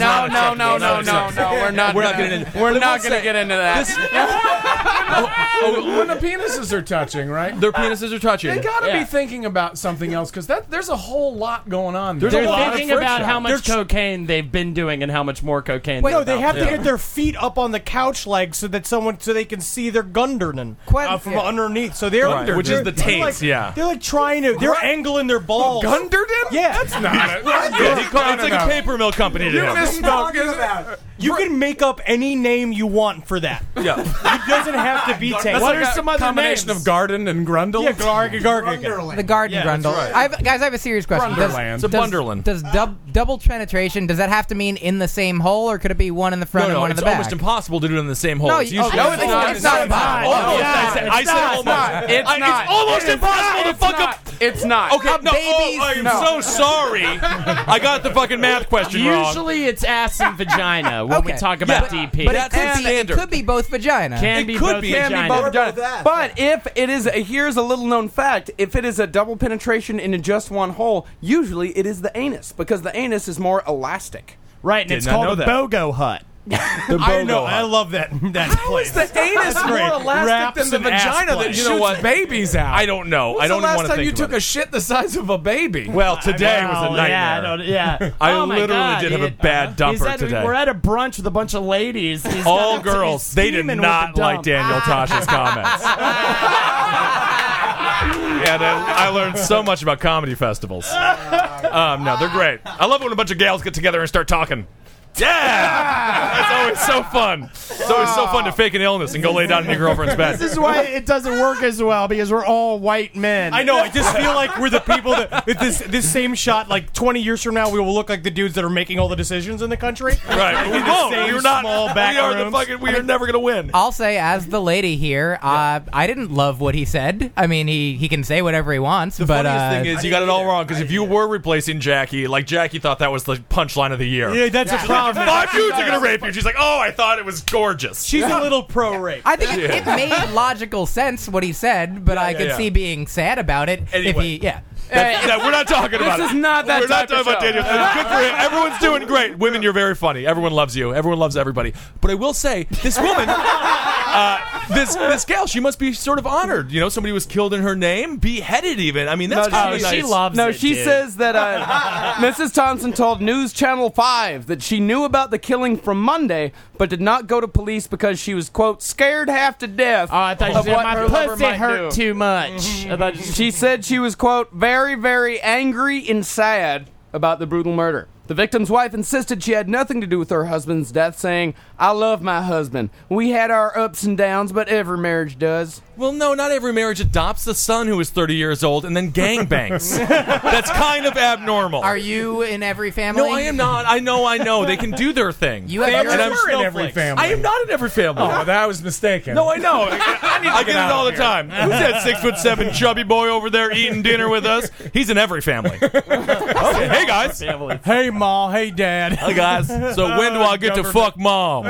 S7: not
S10: No, no, no,
S7: acceptable.
S10: no,
S7: It's
S10: no, no.
S7: acceptable.
S10: We're not.
S7: We're
S10: gonna,
S7: not getting into.
S10: We're
S7: But
S10: not
S7: we'll
S10: gonna
S7: say-
S10: get into that.
S13: when the penises are touching, right?
S7: Their penises are touching.
S13: They gotta
S7: Yeah.
S13: be thinking about something else because that there's a whole lot going on.
S12: They're
S13: there.
S12: thinking about how much cocaine they've been doing and how much more cocaine.
S8: Wait, no,
S12: they're
S8: they
S12: about
S8: have to get their feet up on the couch leg so that someone so they can see their gundernan uh, from
S12: yeah.
S8: underneath. So they're
S7: Right, which is
S8: they're-
S7: the
S8: they're
S7: taint,
S8: like-
S7: yeah.
S8: they're like trying to. They're angling their balls.
S13: Gundernan?
S8: Yeah,
S13: that's not it.
S7: That's good. He called- it's like a paper mill company to
S8: You
S7: him.
S8: misspoke. You can make up any name you want for that.
S7: Yeah.
S8: It doesn't have to be
S13: That's
S8: taint.
S13: like a combination of garden and grundle.
S8: Yeah, garg, garg,
S1: The garden
S8: Yeah, that's
S1: grundle.
S8: right.
S1: I have, guys, I have a serious question. Does-
S7: Brunderland. It's a
S1: Does,
S7: Brunderland.
S1: Does, dub, double penetration? Does that have to mean in the same hole, or could it be one in the front
S7: No,
S1: and
S7: no,
S1: one
S7: it's
S1: in the back?
S7: almost impossible to do it in the same hole.
S1: No,
S7: it's
S1: you-
S7: usually
S1: no, it's
S7: Oh,
S1: not. It's not impossible.
S7: Almost. I
S1: It's not.
S7: said, I
S1: It's
S7: said
S1: not.
S7: almost.
S10: It's
S7: I-
S10: not.
S7: It's almost
S10: It is
S7: impossible
S10: not.
S7: to
S10: It's
S7: fuck
S10: not.
S7: up.
S10: It's not.
S7: Okay,
S10: A
S7: no.
S10: baby's-
S7: oh, I'm so
S10: no.
S7: sorry. I got the fucking math question wrong.
S12: Usually, it's ass and vagina when we
S1: Okay.
S12: talk about
S1: Yeah,
S12: DP.
S1: But it could, be, it could be both vagina.
S12: Can
S10: It
S12: be
S10: could
S12: both
S10: be, can be
S12: vagina.
S10: both
S12: Or
S10: vagina.
S12: both ass.
S10: But if it is, a, here's a little known fact: if it is a double penetration into just one hole, usually it is the anus because the anus is more elastic.
S12: Right, and
S10: Did
S12: it's
S10: not know
S12: called a
S10: that.
S12: bogo hut.
S8: I know. I love that. That place.
S10: the anus
S8: That's great.
S10: more elastic
S8: Wraps
S13: than the
S8: and ass
S13: vagina that
S8: play.
S13: shoots babies out.
S7: I don't know.
S13: When's
S7: I don't
S13: the
S7: even
S13: last
S7: want to
S13: time
S7: think
S13: you took
S7: about
S13: a shit the size of a baby.
S7: Well, today was a
S12: Well,
S7: nightmare.
S12: Oh, Yeah, I, don't- yeah.
S7: I
S12: Oh my
S7: literally
S12: God,
S7: did have a
S12: it- uh,
S7: bad
S12: He's
S7: dumper
S12: at-
S7: today.
S12: We're at a brunch with a bunch of ladies. He's
S7: All
S12: got- he's
S7: girls. They did
S12: steaming with
S7: not
S12: the
S7: like
S12: dump.
S7: Daniel Tosh's comments. yeah, that- I learned so much about comedy festivals. Um, no, they're great. I love it when a bunch of gals get together and start talking. Yeah, that's always so fun. It's always so fun to fake an illness and go lay down in your girlfriend's bed.
S14: This is why it doesn't work as well because we're all white men.
S8: I know. I just feel like we're the people that with this this same shot. Like twenty years from now, we will look like the dudes that are making all the decisions in the country.
S7: Right,
S8: Like,
S7: but we
S8: in the
S7: won't.
S8: same
S7: We're not.
S8: Small
S7: We
S8: back
S7: are the
S8: rooms.
S7: fucking. We are never gonna win.
S1: I'll say, as the lady here, uh, I didn't love what he said. I mean, he, he can say whatever he wants, but
S7: funniest
S1: uh,
S7: thing is you got it all wrong because if you were replacing Jackie, like Jackie thought that was the punchline of the year.
S8: Yeah, that's a
S7: She's
S8: problem.
S7: Like, Five dudes are gonna rape you. She's like, oh, I thought it was gorgeous.
S8: She's a little pro rape.
S1: I think it, it
S7: Yeah.
S1: made logical sense what he said, but I
S7: yeah,
S1: could
S7: yeah.
S1: see being sad about it if
S7: Anyway.
S1: he, yeah.
S7: That, that- we're not talking about it.
S10: This is not that
S7: We're not
S10: type
S7: talking
S10: of
S7: about
S10: show.
S7: Daniel. It's Good for him. Everyone's doing great. Women, you're very funny. Everyone loves you. Everyone loves everybody. But I will say, this woman, uh, this this gal, she must be sort of honored. You know, somebody was killed in her name, beheaded even. I mean, that's
S12: Oh,
S10: no,
S7: kind of nice.
S10: No, she says that uh, Mrs. Thompson told News Channel 5 that she knew about the killing from Monday, but did not go to police because she was, quote, scared half to death. Oh, I
S12: thought she said, "My pussy hurt too much." I thought you-
S10: she said she was, quote, very, very angry and sad about the brutal murder. The victim's wife insisted she had nothing to do with her husband's death, saying, I love my husband. We had our ups and downs, but every marriage does.
S7: Well, no, not every marriage adopts the son who is 30 years old and then gangbangs. That's kind of abnormal.
S1: Are you in every family?
S7: No, I am not. I know, I know. They can do their thing.
S1: You have your-
S7: And I'm-
S1: We're
S13: in every family.
S7: I am not in every family.
S13: Oh, that was mistaken.
S7: No, I know. I, I
S13: get
S7: get it
S13: out
S7: all the
S13: of here.
S7: time. Who's that six foot seven chubby boy over there eating dinner with us? He's in every family. Okay, hey guys. Hey
S8: Hey, ma. Hey, dad.
S7: guys. So when do I get to fuck mom?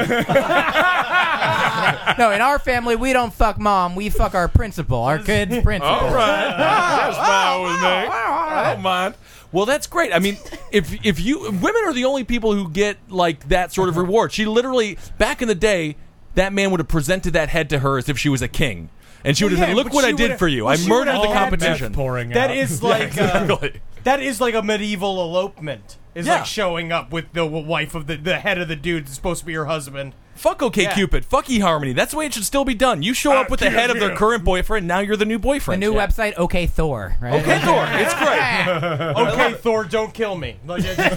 S1: No, in our family, we don't fuck mom. We fuck our principal, our kid's principal.
S7: All right, that's fine with me. I don't mind. Well, that's great. I mean, if if you women are the only people who get like that sort of reward. She literally back in the day, that man would have presented that head to her as if she was a king, and she would have
S8: Well,
S7: said,
S8: yeah,
S7: "Look
S8: but
S7: what
S8: she
S7: I did
S8: would've-
S7: for you.
S8: well,
S7: I
S8: she
S7: murdered
S8: would've
S7: the
S8: had to-
S7: competition."
S13: pouring
S8: That
S13: out.
S8: is
S7: Yeah,
S8: like uh,
S7: exactly.
S8: that is like a medieval elopement. Is
S7: Yeah.
S8: like showing up with the wife of the the head of the dude that's supposed to be your husband.
S7: Fuck OK Cupid. Fuck eHarmony. That's the way it should still be done. You show up with the head of their current boyfriend. Now you're the new
S1: The
S7: boyfriend.
S1: new
S7: Yeah.
S1: website, OK Thor. Right?
S7: OK Thor. It's great.
S8: okay, Thor, don't kill me. Like, it's-
S7: that's,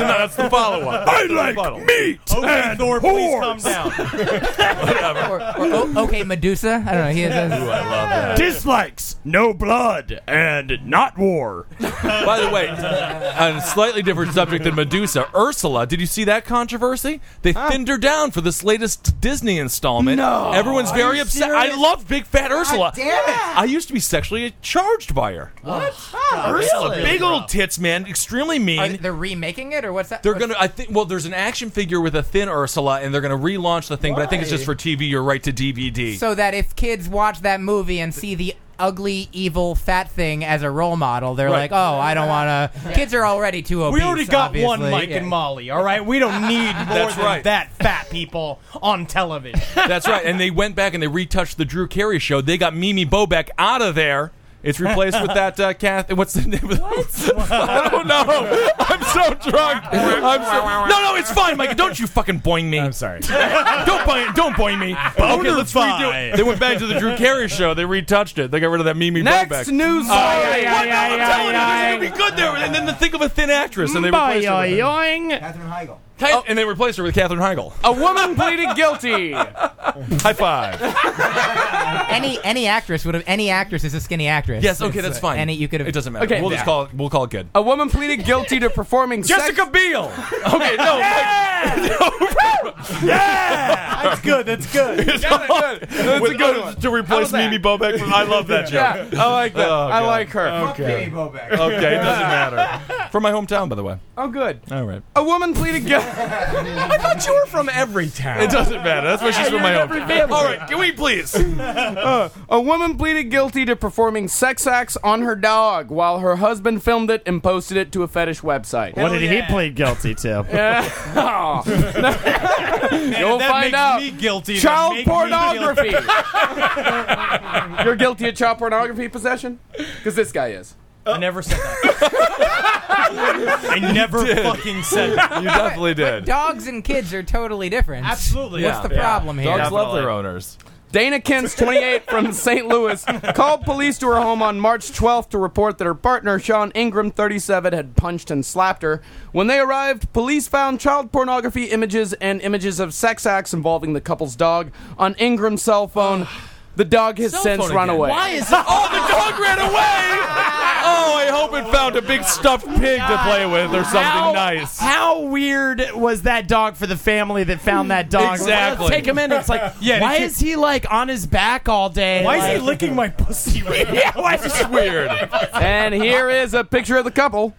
S7: enough, that's the follow up. I like meat.
S8: Okay, Thor, please calm down.
S1: O- oh, OK Medusa. I don't know. He has a-
S15: Dislikes, no blood, and not war.
S7: By the way, on a slightly different subject than Medusa, Ursula, did you see that controversy? They thinned her down for this latest Disney installment.
S15: No.
S7: Everyone's
S15: Are
S7: very
S15: you
S7: upset. I
S15: serious?
S7: love Big Fat Ursula.
S15: damn it.
S7: I used to be sexually charged by her.
S1: What?
S7: Ursula, big old tits, man, extremely mean.
S1: Are they, are remaking it, or what's that?
S7: They're gonna. I think. Well, there's an action figure with a thin Ursula, and they're gonna relaunch the thing. But I think it's just for TV. You're right to DVD.
S1: so that if kids watch that movie and see the ugly, evil, fat thing as a role model, they're
S7: Right.
S1: like, "Oh, I don't want to." Kids are already too obese.
S8: We already got one
S1: obviously.
S8: Mike
S1: Yeah.
S8: and Molly, all right? We don't need more
S7: That's
S8: than
S7: right.
S8: that fat people on television.
S7: That's right. And they went back and they retouched the Drew Carey show. They got Mimi Bobek out of there. It's replaced with that uh, Kath. What's the name? Of what? I don't know. I'm so drunk. I'm so- no, no, it's fine, Mike. Don't you fucking boing me. I'm sorry. don't boing. Don't boing me. But okay, let's redo it. They went back to the Drew Carey show. They retouched it. They got rid of that Mimi
S10: Next
S7: Bobek.
S10: news
S7: Oh, what? No,
S10: story. Ay, ay,
S7: I'm telling
S10: ay,
S7: you, this is gonna be good there. And then the think of a thin actress, and they replaced her. with her.
S9: Catherine Heigl.
S7: Hey, And they replaced her with Katherine Heigl.
S10: A woman pleaded guilty.
S7: High five.
S1: any any actress would have any actress is a skinny actress.
S7: Yes, okay,
S1: It's,
S7: that's
S1: uh,
S7: fine.
S1: Any you could have.
S7: It doesn't matter. we'll just call it. We'll call it good.
S10: A woman pleaded guilty to performing
S7: Jessica Biel. Okay, no.
S8: That's good. That's good.
S7: That's a good one. To replace Mimi Bobek, I love that joke.
S10: Yeah, I like that.
S7: Oh,
S10: I
S7: God.
S10: like her.
S7: Okay.
S9: Oh,
S7: Okay, it doesn't matter. From my hometown, by the way.
S10: Oh, good.
S7: All right.
S10: A woman pleaded guilty.
S8: I thought you were from every town.
S7: It doesn't matter. That's why she's from my hometown. All right, can we please?
S10: Uh, a woman pleaded guilty to performing sex acts on her dog while her husband filmed it and posted it to a fetish website.
S15: What
S8: Oh,
S15: did he plead guilty to?
S10: Yeah. Oh. You'll
S8: that
S10: find
S8: makes
S10: out.
S8: me guilty, that
S10: Child
S8: makes me
S10: pornography. You're guilty of child pornography possession? Because this guy is.
S8: I never said that. I never fucking said that.
S7: You definitely did.
S1: Dogs and kids are totally different.
S8: Absolutely.
S1: What's the problem here?
S7: Dogs love their owners.
S10: Dana Kins, 28, from St. Louis, called police to her home on March 12th to report that her partner, Sean Ingram, 37, had punched and slapped her. When they arrived, police found child pornography images and images of sex acts involving the couple's dog on Ingram's cell phone. The dog has
S7: Cell
S10: since
S7: phone
S10: run
S7: again.
S10: away.
S7: Why is Oh, the dog ran away! Oh, I hope it found a big stuffed pig to play with or something
S12: How-
S7: nice.
S12: How weird was that dog for the family that found that dog?
S7: Exactly.
S12: Let's take him in. It's like,
S7: Yeah,
S12: why
S7: did you-
S12: is he like on his back all day?
S8: Why is he
S12: Like-
S8: licking my pussy right now?
S12: yeah, why is
S7: This is weird.
S10: And here is a picture of the couple.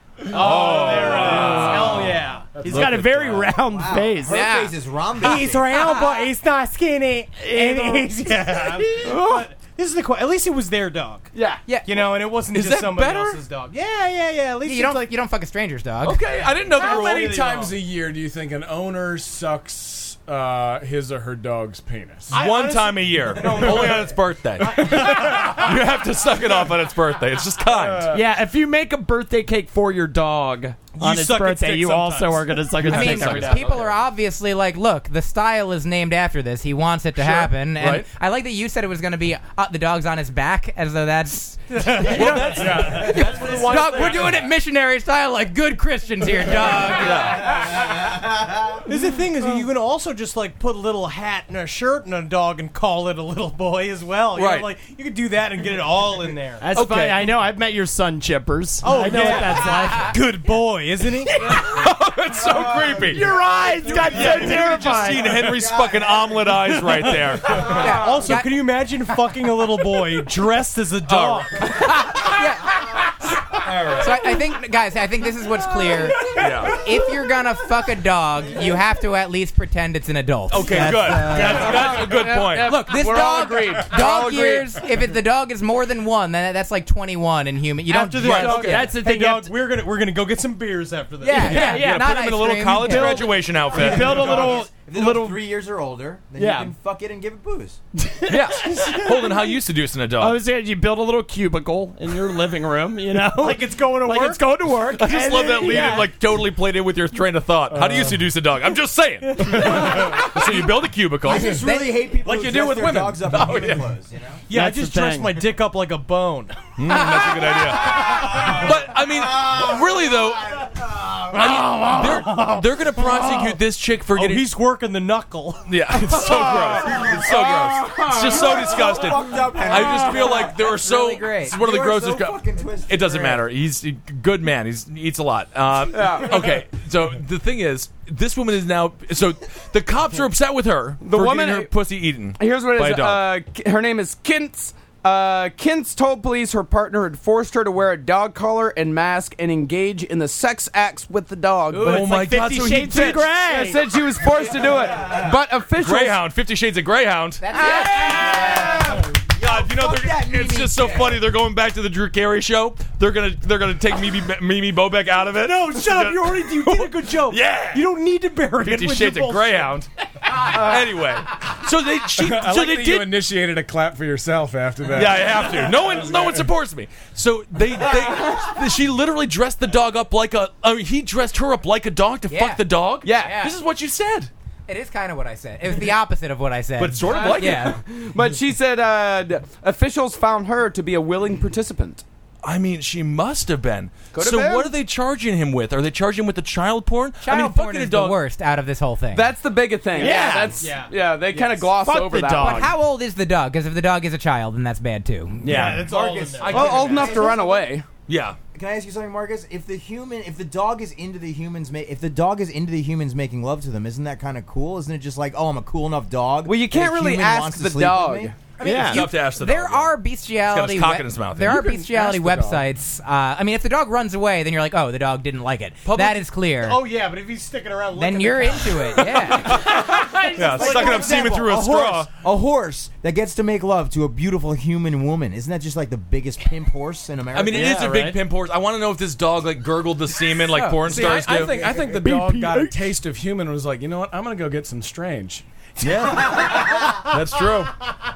S8: Hell yeah.
S12: Oh, He's got a very round face.
S9: Her
S12: Yeah.
S9: face is rhombus.
S16: He's round, but he's not skinny. And he's,
S8: Yeah. But this is the question. At least it was their dog.
S10: Yeah.
S1: Yeah.
S8: You know, and it wasn't
S7: Is
S8: just
S7: that
S8: somebody
S7: better?
S8: else's dog. Yeah, yeah, yeah. At least
S1: You
S8: it's
S1: don't
S8: like
S1: you don't fuck a stranger's dog.
S7: Okay, I didn't know the
S17: How
S7: rule.
S17: many times a year do you think an owner sucks uh, his or her dog's penis?
S8: I
S7: one
S8: honestly-
S7: time a year, only on its birthday. you have to suck it off on its birthday. It's just kind.
S12: Yeah, if you make a birthday cake for your dog on its
S8: suck its
S12: birthday,
S8: dick
S12: you also
S8: sometimes.
S12: are going to suck its
S1: I
S12: dick
S1: mean,
S12: every day.
S1: people are obviously like, look, the style is named after this. He wants it to happen, and
S7: Right.
S1: I like that you said it was going to be uh, the dog's on his back, as though that's dog. We're doing it missionary style, like good Christians here, dog.
S8: There's the thing is you can also just like put a little hat and a shirt and a dog and call it a little boy as well. You know,
S7: Right.
S8: like you could do that and get it all in there.
S12: That's
S7: Okay.
S12: fine. I know. I've met your son, Chippers.
S8: Oh,
S12: I know
S8: yeah.
S12: what that's like.
S8: Good boy, isn't he?
S7: That's Oh, so creepy.
S12: Your eyes got so
S7: You've just
S12: terrified.
S7: seen Henry's fucking omelet eyes right there.
S1: Yeah.
S8: Also,
S1: Yeah.
S8: can you imagine fucking a little boy dressed as
S7: Oh,
S8: a dog?
S1: So I, I think, guys, I think this is what's clear. If you're gonna fuck a dog, you have to at least pretend it's an adult.
S7: Okay, good. that's, that's a good point.
S1: Look, this
S10: We're all
S1: dog,
S10: agreed. We're all
S1: dog
S10: agreed.
S1: years. If it, the dog is more than one, then that's like 21 in human. You don't
S8: After this,
S1: just-
S8: dog,
S1: yeah.
S12: That's the
S8: hey
S12: thing. you have
S8: dog, we're gonna we're gonna go get some beers after this.
S1: yeah, yeah,
S12: yeah,
S1: yeah.
S12: yeah,
S1: Not
S7: Put him in
S1: ice
S7: a little
S1: cream.
S7: college
S1: Yeah.
S7: graduation outfit.
S12: build a little
S9: Little, little three years or older, then
S10: Yeah.
S9: you can fuck it and give it booze.
S7: Yeah. Holden, how you seduce an adult?
S12: I was saying you build a little cubicle in your living room, you know,
S18: Like it's going to
S12: like
S18: work?
S12: it's going to work.
S7: I just
S12: And
S7: love that
S12: then-
S7: lead
S12: yeah.
S7: in, like totally played in with your train of thought. How do you seduce a dog? I'm just saying. so you build a cubicle.
S9: I just really hate people
S18: Like
S9: who
S18: you do
S9: dress
S18: with
S9: their
S18: women.
S9: dogs up
S18: Oh,
S9: in human
S18: yeah.
S9: clothes. You know?
S18: Yeah,
S7: That's
S18: I just
S7: the
S18: dressed
S7: thing.
S18: my dick up like a bone.
S7: Mm, that's a good idea. But I mean, really though, I mean, they're, they're going to prosecute this chick
S8: Oh,
S7: for getting.
S18: he's working the knuckle.
S7: Yeah, it's so gross. It's so gross. It's just so disgusting. I just feel like there are so.
S9: really great.
S7: It's one of the
S9: You are
S7: grossest.
S9: so
S7: co-
S9: fucking twisted.
S7: it doesn't
S9: Great.
S7: matter. He's a good man. He's he eats a lot. Um,
S9: Yeah.
S7: Okay, so the thing is, this woman is now. So the cops are upset with her
S10: The
S7: for
S10: woman-
S7: getting her pussy eaten.
S10: Here's what
S7: by
S10: it
S7: a
S10: is.
S7: dog.
S10: Uh, K- her name is Kintz. Uh, Kintz told police her partner had forced her to wear a dog collar and mask and engage in the sex acts with the dog.
S7: Ooh,
S10: but
S7: it's like 50 Shades of
S10: said-
S7: Grey.
S10: yeah, said she was forced to do it. But officials.
S7: Greyhound, Fifty Shades of Greyhound. God, you know they're, it's just so funny. They're going back to the Drew Carey show. They're gonna they're gonna take Mimi Mimi Bobek out of it.
S18: No, shut up. You already you did a good joke.
S7: Yeah.
S18: You don't need to bury it.
S7: Fifty
S18: with
S7: Shades
S18: your
S7: of
S18: bullshit.
S7: Greyhound. anyway, so they she, so
S19: I like
S7: they
S19: that
S7: did.
S19: you initiated a clap for yourself after that.
S7: yeah, I have to. No one, no one supports me. So they, they, she literally dressed the dog up like a. I mean, he dressed her up like a dog to
S1: Yeah.
S7: fuck the dog.
S1: Yeah.
S7: this is what you said.
S1: It is kind of what I said. It was the opposite of what I said.
S10: But sort of like it.
S1: yeah.
S10: But she said uh, d- officials found her to be a willing participant.
S7: I mean, she must have been.
S10: Could have
S7: so
S10: been.
S7: what are they charging him with? Are they charging him with the child porn? I mean,
S1: Child porn
S7: fucking
S1: is
S7: a dog.
S1: the worst out of this whole thing.
S10: That's the bigger thing.
S1: Yeah.
S10: that's
S1: Yeah.
S10: yeah. they kind of gloss over that.
S1: But
S10: one.
S1: how old is the dog? Because if the dog is a child, then that's bad too.
S9: Marcus,
S10: I well, old enough to run away.
S7: Yeah.
S9: Can I ask you something, Marcus? If the human, if the dog is into the humans, ma- if the dog is into the humans making love to them, isn't that kind of cool? Isn't it just like, oh, I'm a cool enough dog? Well,
S10: you can't really ask the dog.
S1: I mean,
S7: Yeah.
S1: you-
S7: Tough to ask the
S1: there
S7: dog,
S1: are
S7: He's got
S1: bestiality.
S7: his cock in his mouth,
S1: There
S7: yeah.
S1: are
S7: You can
S1: bestiality
S7: ask the dog.
S1: websites. Uh, I mean, if the dog runs away, then you're like, oh, the dog didn't like it. that is clear.
S18: Oh yeah, but if he's sticking around, looking
S1: then you're into it. Yeah.
S7: Yeah, sucking up semen through a, straw.
S9: Horse, a horse that gets to make love to a beautiful human woman. Isn't that just like the biggest pimp horse in America?
S7: I mean, it is a big pimp horse. I want to know if this dog like gurgled the semen like porn
S19: See,
S7: stars
S19: I,
S7: do.
S19: I think I think the dog got a taste of human and was like, you know what? I'm gonna go get some strange.
S7: Yeah, that's true.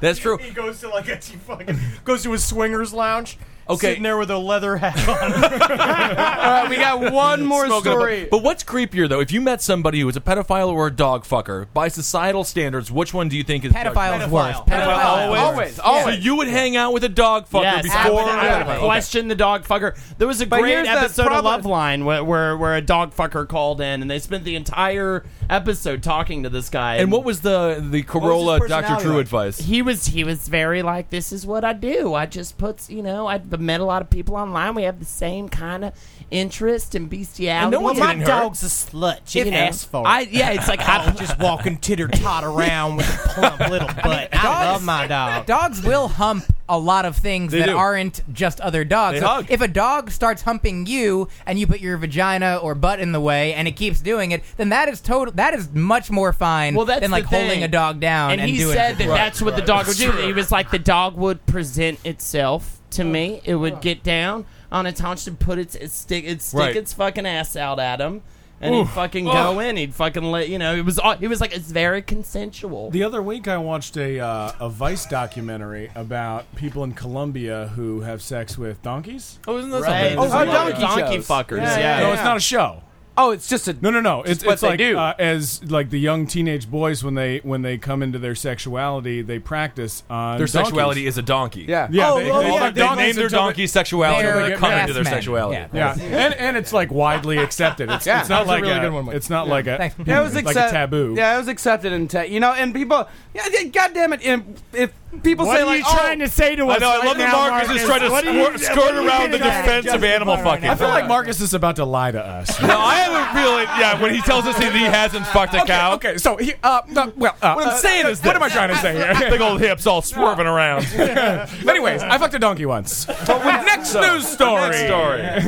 S7: That's true.
S18: He goes to like a he fucking goes to his swingers lounge.
S7: Okay.
S18: sitting there with a leather hat on.
S10: All right, we got one more
S7: Smoking a
S10: story.
S7: bu- But what's creepier though? If you met somebody who was a pedophile or a dog fucker, by societal standards, which one do you think is
S1: Pedophile is worse. Pedophile is
S7: always,
S1: worse.
S7: always,
S10: Oh,
S1: always.
S7: So you would hang out with a dog fucker
S12: Yes, I
S7: before
S12: would- I would question the dog fucker. There was a
S7: But
S12: great
S7: here's the
S12: episode of
S7: problem-
S12: Love Line where, where where a dog fucker called in and they spent the entire episode talking to this guy.
S7: And what was the the Corolla Dr. Drew advice?
S12: He was he was very like, this is what I do. I just put you know I met a lot of people online. We have the same kind of interest in bestiality.
S11: And no one's
S12: Well,
S11: getting
S12: my
S11: hurt.
S12: dog's a slut. She
S11: It
S12: can
S11: asks
S12: ask
S11: for it.
S12: I yeah, it's like I
S19: Oh,
S12: just walking titter tot
S11: around
S12: with a plump little butt.
S11: I love my dog.
S1: Dogs will hump a lot of things
S11: They
S1: that
S11: do.
S1: aren't just other dogs.
S11: They
S1: So
S11: hug.
S1: If a dog starts humping you and you put your vagina or butt in the way and it keeps doing it, then that is total. That is much more fine
S12: Well, that's
S1: than like
S12: the thing.
S1: holding a dog down and,
S12: and, he
S1: doing
S12: said
S1: it.
S12: that that's what the dog would do. He was like, the dog would present itself to me. It would get down on its haunch and put its, its stick, its stick
S11: Right.
S12: its fucking ass out at him, and he'd
S19: Oof.
S12: fucking
S19: Ugh.
S12: go in. He'd fucking let you know. It was all- he was like, it's very consensual.
S19: The other week, I watched a uh, a Vice documentary about people in Colombia who have sex with donkeys.
S7: Oh, isn't that
S12: Right. something?
S19: Oh,
S12: Oh,
S19: donkey,
S12: donkey
S19: shows.
S12: fuckers. Yeah,
S19: no,
S12: yeah.
S19: it's not a show.
S10: Oh, it's just a
S19: no, no, no. It's,
S10: just what
S19: it's
S10: they
S19: like
S10: do.
S19: Uh, as like the young teenage boys when they when they come into their sexuality, they practice on
S7: Their
S19: donkeys.
S7: sexuality is a donkey.
S19: Yeah. Yeah,
S7: Oh,
S19: they-
S7: well,
S19: they- they-
S7: yeah, they
S19: donkeys
S7: name their
S19: until
S7: donkey
S19: they-
S7: sexuality
S19: They're
S7: when they come
S19: grass
S7: into their
S19: men.
S7: sexuality.
S19: Yeah, and and it's like widely accepted. It's,
S10: Yeah.
S19: it's not
S10: That's a
S19: like
S10: really
S19: a,
S10: good one, Mike.
S19: it's not like a
S10: Thanks. Yeah, it was
S19: like
S10: accept-
S19: a taboo.
S10: Yeah, it was accepted in tech. You know, and people, yeah, yeah, God damn it, and if people
S11: What
S10: say
S11: are
S10: like,
S11: you trying
S10: oh,
S11: to say to
S7: I know. I love that Marcus, is trying to squirt, skirt around the defense of animal fucking.
S19: I feel like Marcus is about to lie to us.
S7: No, I haven't really. Yeah, when he tells us that he hasn't fucked a cow.
S19: Okay, so he, uh, no, well, uh,
S7: What I'm
S19: uh,
S7: saying is,
S19: what am I trying to say here?
S7: Big old hips all swerving around.
S19: Anyways, I fucked a donkey once. But
S10: with next
S19: news story.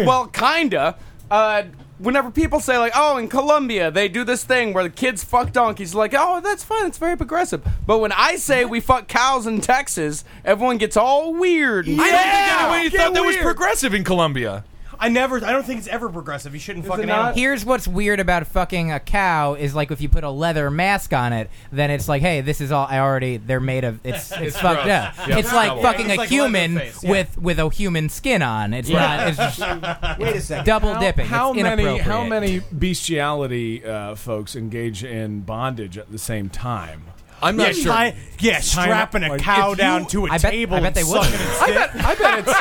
S10: well, kinda. Uh, whenever people say like, oh, in Colombia they do this thing where the kids fuck donkeys, like, oh, that's fine, it's very progressive. But when I say we fuck cows in Texas, everyone gets all weird.
S7: I don't think anybody thought that was progressive in Colombia.
S8: I never. I don't think it's ever progressive. You shouldn't fucking. animal-
S1: Here's what's weird about fucking a cow is like if you put a leather mask on it, then it's like, hey, this is all I already they're made of. It's it's,
S20: It's
S1: fucked
S20: gross.
S1: up.
S20: Yeah,
S1: It's
S20: it's
S1: like
S20: trouble.
S1: fucking
S20: It's
S1: a
S20: like
S1: human
S20: Leatherface, yeah.
S1: with with a human skin on. It's
S21: Yeah.
S1: not. It's just
S9: Wait a
S1: it's
S9: second.
S1: Double
S21: How-
S1: dipping.
S21: How
S1: it's
S21: many how
S1: inappropriate.
S21: many bestiality uh, folks engage in bondage at the same time?
S7: I'm not Yeah, sure. tie- yeah,
S21: Tying up,
S7: strapping a
S21: like,
S7: cow
S21: if
S7: down to a I bet- table I bet and they sucking would. its
S21: I bet, I bet it's.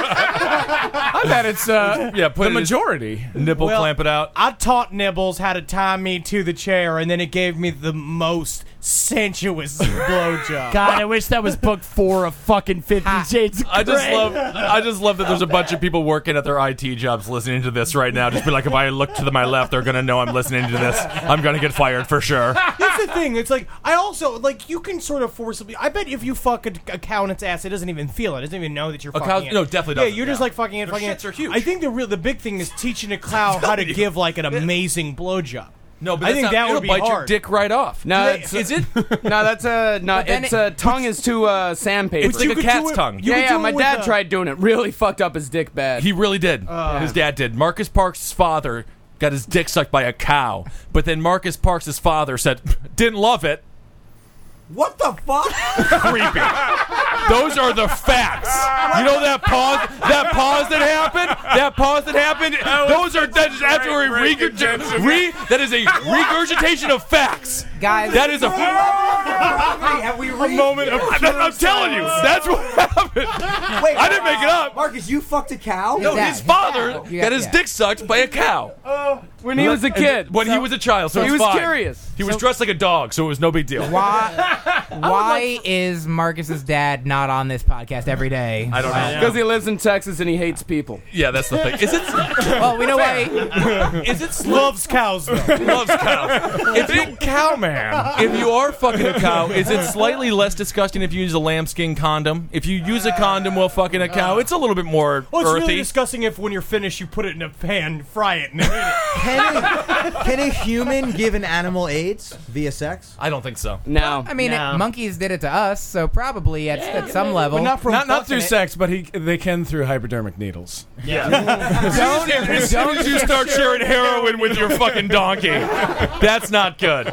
S21: I bet it's. Uh,
S7: yeah, put
S21: the
S7: it in-
S21: majority.
S7: Nipple clamp it out.
S8: I taught Nibbles how to tie me to the chair, and then it gave me the most sensuous blowjob.
S12: God, I wish that was book four of fucking Fifty Shades. Of
S7: I just
S12: Grey.
S7: love I just love that there's a bunch of people working at their IT jobs listening to this right now. Just be like, if I look to the- my left, they're gonna know I'm listening to this. I'm gonna get fired for sure.
S8: That's the thing. It's like I also like you can sort of forcibly. I bet if you fuck a, a cow in its ass, it doesn't even feel it. It doesn't even know that you're
S7: A
S8: fucking
S7: cow-
S8: it.
S7: no, definitely
S8: Yeah,
S7: doesn't,
S8: you're just
S7: yeah.
S8: like fucking it.
S7: Their
S8: fucking
S7: shits
S8: it.
S7: are huge.
S8: I think the real the big thing is teaching a cow how to give like an amazing blowjob.
S7: No,
S8: I think that would be hard.
S7: right off.
S10: No,
S8: Do they-
S10: it's, is it? No, that's a no.
S8: But then
S10: It's
S8: it-
S10: a tongue is too uh, sandpaper.
S7: It's like a cat's tongue.
S10: Yeah, yeah. My dad tried doing it. Really fucked up his dick bad.
S7: He really did.
S10: Uh.
S7: his dad did. Marcus Parks' father got his dick sucked by a cow, but then Marcus Parks' father said, didn't love it.
S9: What the fuck?
S7: Creepy. Those are the facts. You know that pause, that pause that happened, that pause that happened. Those are that's after a regurg- re, that is a regurgitation of facts.
S1: Guys,
S7: that is a.
S9: Have we a
S7: moment of I'm, I'm telling you, that's what happened.
S9: Wait,
S7: I didn't make it up.
S9: Marcus, you fucked a cow?
S7: No, his father got his
S9: yeah.
S7: dick sucked by a cow.
S10: when he was a kid.
S7: When he was a child, so
S10: he
S7: it's
S10: was
S7: fine.
S10: curious.
S7: He was dressed like a dog, so it was no big deal.
S1: Why? Why is Marcus's dad not on this podcast every day?
S7: I don't know.
S10: Because he lives in Texas and he hates people.
S7: Yeah, that's the thing. Is it?
S1: Well, we know why.
S7: Is it slim?
S8: Loves cows. Though.
S7: Loves cows. If you
S8: cow man.
S7: if you are fucking a cow, is it slightly less disgusting if you use a lambskin condom? If you use a condom while fucking a cow, it's a little bit more
S8: Well, it's
S7: earthy.
S8: really disgusting if when you're finished, you put it in a pan, fry it, and then eat it.
S9: Can a, can a human give an animal AIDS via sex?
S7: I don't think so.
S10: No.
S1: I mean, it, monkeys did it to us, so probably at, at some level.
S21: not, not through sex, but he they can through hypodermic needles.
S7: Don't- as soon as you start sharing heroin with your fucking donkey, that's not good.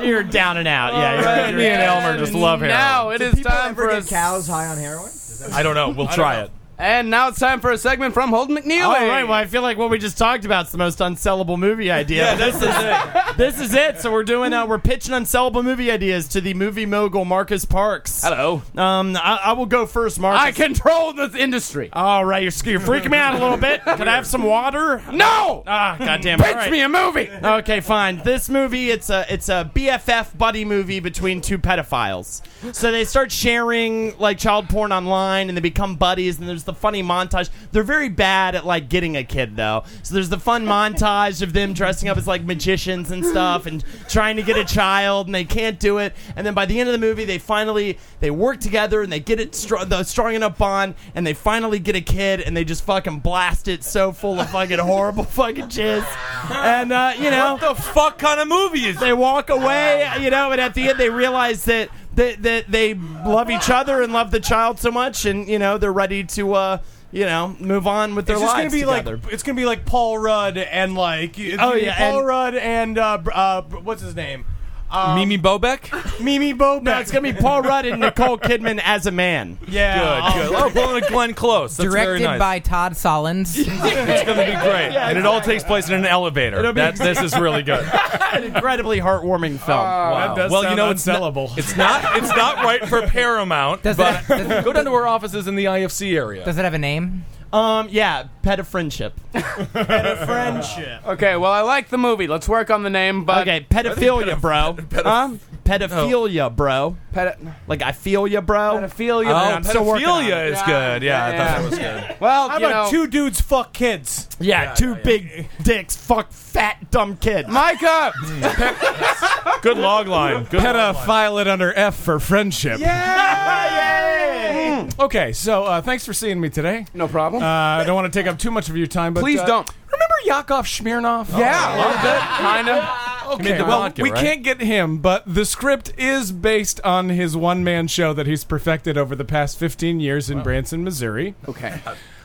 S12: You're down and out. Yeah, you're,
S7: Right,
S12: you're-
S7: me and Elmer just love heroin.
S10: Now it
S9: Do
S10: is
S9: people
S10: time
S9: ever
S10: for
S9: get
S10: us.
S9: cows high on heroin?
S7: I don't know. We'll
S10: I
S7: try
S10: don't
S7: it.
S10: And now it's time for a segment from Holden McNeely.
S12: All right. Well, I feel like what we just talked about is the most unsellable movie idea.
S7: Yeah, this is
S12: it. This is it. So we're doing. Uh, we're pitching unsellable movie ideas to the movie mogul Marcus Parks.
S10: Hello.
S12: Um, I, I will go first, Marcus.
S10: I control this industry.
S12: All right, you're, sc- you're freaking me out a little bit. Can I have some water?
S10: No.
S12: Ah, goddamn!
S10: Pitch
S12: all right.
S10: me a movie.
S12: Okay, fine. This movie, it's a it's a BFF buddy movie between two pedophiles. So they start sharing like child porn online, and they become buddies. And there's the funny montage. They're very bad at like getting a kid though. So there's the fun montage of them dressing up as like magicians and stuff, and trying to get a child, and they can't do it. And then by the end of the movie, they finally they work together and they get it str- the strong enough bond, and they finally get a kid, and they just fucking blast it so full of fucking horrible fucking jizz. And uh, you know,
S7: What the fuck kind of movie is
S12: they walk away, you know, and at the end they realize that that, that they love each other and love the child so much, and you know they're ready to, uh, you know, move on with their
S8: it's just
S12: lives
S8: gonna be
S12: together.
S8: like it's gonna be like Paul Rudd and like it's
S12: Oh,
S8: gonna be
S12: yeah,
S8: Paul
S12: and-
S8: Rudd and uh, br- uh, br- what's his name um,
S7: Mimi Bobek?
S8: Mimi Bo
S12: no, it's gonna be Paul Rudd and Nicole Kidman as a man.
S8: yeah
S7: Good, good. Oh, blowing a Glenn Close. That's
S1: Directed
S7: very nice.
S1: by Todd Solondz.
S7: it's going to be great.
S12: Yeah,
S7: And it all takes place in an elevator.
S12: It'll be-
S7: That, this is really good.
S12: An incredibly heartwarming film.
S8: Oh,
S7: Wow.
S21: does
S7: well, you
S21: sound
S7: know, it's not,
S21: unsellable.
S7: it's not it's not right for Paramount.
S1: Does
S7: but
S1: it- does it-
S7: go down to our offices in the IFC area.
S1: Does it have a name?
S12: um, yeah, pet of friendship.
S8: friendship
S10: Okay. Well, I like the movie. Let's work on the name. But
S12: Okay, pedophilia, bro. Huh? Pedophilia, bro.
S10: Pedi-
S12: Like I feel ya, bro.
S10: pedophilia.
S7: oh,
S12: I'm still working on
S7: pedophilia
S12: it.
S7: is good. Yeah, I thought
S10: yeah.
S7: that was good.
S10: Well,
S8: how
S10: you
S8: about
S10: know,
S8: two dudes fuck kids
S12: Yeah, two big dicks, fuck fat dumb kid.
S10: Micah.
S7: Good log line. Good log line.
S21: File it under F for friendship.
S8: yeah
S21: Okay, so uh, thanks for seeing me today.
S10: no problem.
S21: Uh, I don't want to take up too much of your time, but
S10: Please
S21: uh,
S10: don't.
S21: Remember Yakov Smirnov?
S10: yeah, a little bit, kind of.
S21: Okay,
S7: the
S21: well,
S7: vodka,
S21: we
S7: right?
S21: can't get him, but the script is based on his one man show that he's perfected over the past 15 years in Branson, Missouri.
S10: Okay.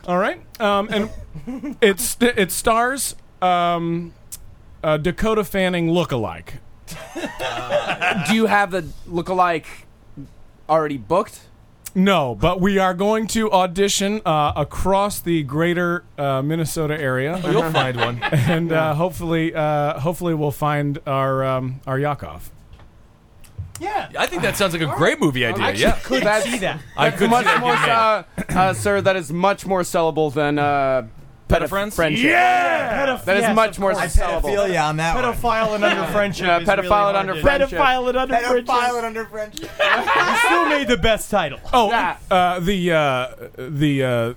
S8: All right, um, and it's it stars um, a Dakota Fanning lookalike.
S10: Do you have the lookalike already booked?
S8: No, but we are going to audition uh, across the greater uh, Minnesota area.
S7: Oh, you'll find one.
S8: and uh, hopefully, uh, hopefully, we'll find our um, our Yakov.
S7: Yeah. I think that sounds like a great movie idea.
S10: Actually,
S7: yeah.
S10: could
S7: That's-
S10: see that.
S7: I
S10: That's
S7: could
S10: much
S7: see that
S10: more,
S7: being made.
S10: uh, uh, sir. That is much more sellable than uh, pet friends. Friendship.
S22: Yeah! Pedoph-
S10: that is
S22: yes,
S10: much
S22: of
S10: more
S22: course.
S10: sellable.
S9: Pedophilia on that one.
S22: Pedophile and under friendship
S10: Yeah,
S22: is
S10: pedophile
S22: really
S10: and under
S22: hard to-
S10: friendship.
S22: Pedophile and under friendship.
S9: Pedophile and under friendship.
S22: you still made the best title.
S8: Oh, uh, the uh, the uh,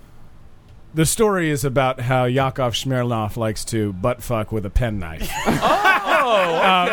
S8: the story is about how Yakov Smirnov likes to butt fuck with a penknife. Um,
S23: Oh,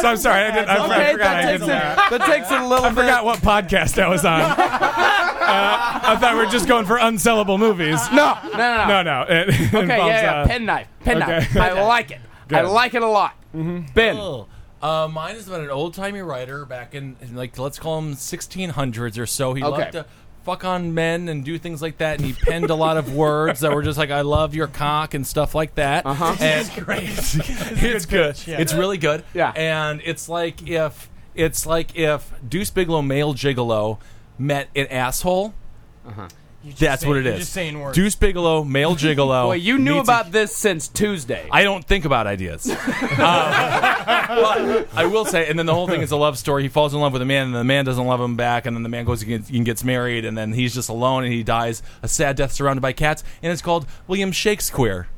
S8: so I'm sorry, I, did, I, I forgot I did that. I forgot what podcast I was on. Uh, I thought we were just going for unsellable movies.
S10: No, no, no,
S8: no,
S10: no. uh,
S8: no. It okay,
S10: Okay, yeah, yeah, penknife, penknife. I like it. I like it a lot. Ben.
S7: Oh. Uh, mine is about an old timey writer back in, in, like let's call him 1600s or so. He
S10: Okay.
S7: liked to fuck on men and do things like that, and he penned a lot of words that were just like "I love your cock" and stuff like that. Uh-huh. And
S22: great.
S7: it's good. It's really good. Yeah. And it's like if it's like if Deuce Bigelow male gigolo met an asshole. Uh-huh. That's
S10: saying-
S7: what it
S10: you're
S7: is.
S10: just saying words.
S7: Deuce Bigelow male gigolo.
S10: Boy, you knew
S7: meets a-
S10: about this since Tuesday.
S7: I don't think about ideas. um, but I will say, and then the whole thing is a love story. He falls in love with a man, and the man doesn't love him back, and then the man goes and gets, and gets married, and then he's just alone, and he dies a sad death surrounded by cats, and it's called William Shakespeare.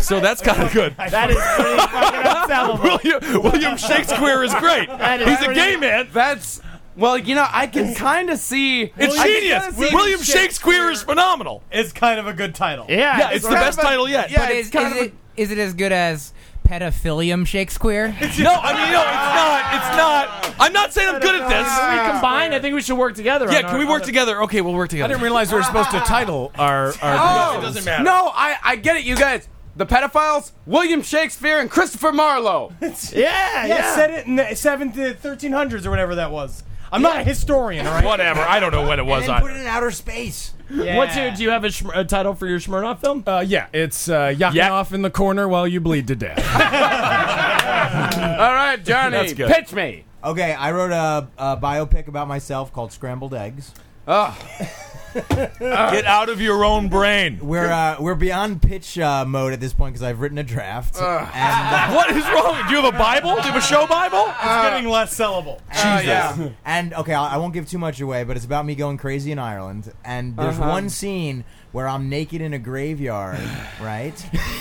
S7: so that's kind of good.
S23: That is pretty fucking unsellable.
S7: William, William Shakespeare is great.
S23: That is
S7: He's a
S23: pretty-
S7: gay man.
S10: That's well, you know, I can kind of see.
S7: It's
S10: I can
S7: genius.
S10: kinda see-
S7: William Shakespeare is phenomenal.
S22: It's kind of a good title.
S7: yeah, it's, the
S10: kind
S7: best
S10: of a-
S7: title yet.
S10: Yeah,
S1: but
S10: it's
S1: is,
S10: kind
S1: is,
S10: of a-
S1: it, is it as good as pedophilium Shakespeare?
S7: No, I mean no, it's not. It's not. I'm not saying I'm good at this.
S8: We
S24: combined. I think we should work together.
S7: Yeah,
S24: on
S7: can
S24: our-
S7: we
S24: on
S7: work
S24: the-
S7: together? Okay, we'll
S8: I
S7: work together.
S8: didn't realize we were supposed to title our. our
S10: Oh, No, I, I get it, you guys. The pedophiles, William Shakespeare and Christopher Marlowe.
S22: yeah, Said it in the seventh, thirteen hundreds or whatever that was. I'm not a historian, all right?
S7: Whatever. I don't know when it was.
S22: And then
S7: either.
S22: put it
S9: in outer space.
S24: What's your? Do you have a, Schm- a title for your Smirnoff film?
S8: Uh, yeah, it's uh, Yakov off in the corner while you bleed to death.
S10: All right, Johnny,
S9: That's good.
S10: pitch me.
S9: Okay, I wrote a, a biopic about myself called Scrambled Eggs.
S10: Oh.
S7: Get out of your own brain.
S9: We're uh, we're beyond pitch uh, mode at this point because I've written a draft. uh,
S7: what is wrong? Do you have a Bible? Do you have a show Bible? Uh, It's
S22: getting less sellable.
S9: Jesus. and okay, I I won't give too much away, but it's about me going crazy in Ireland. And there's
S7: Uh-huh.
S9: one scene where I'm naked in a graveyard, right?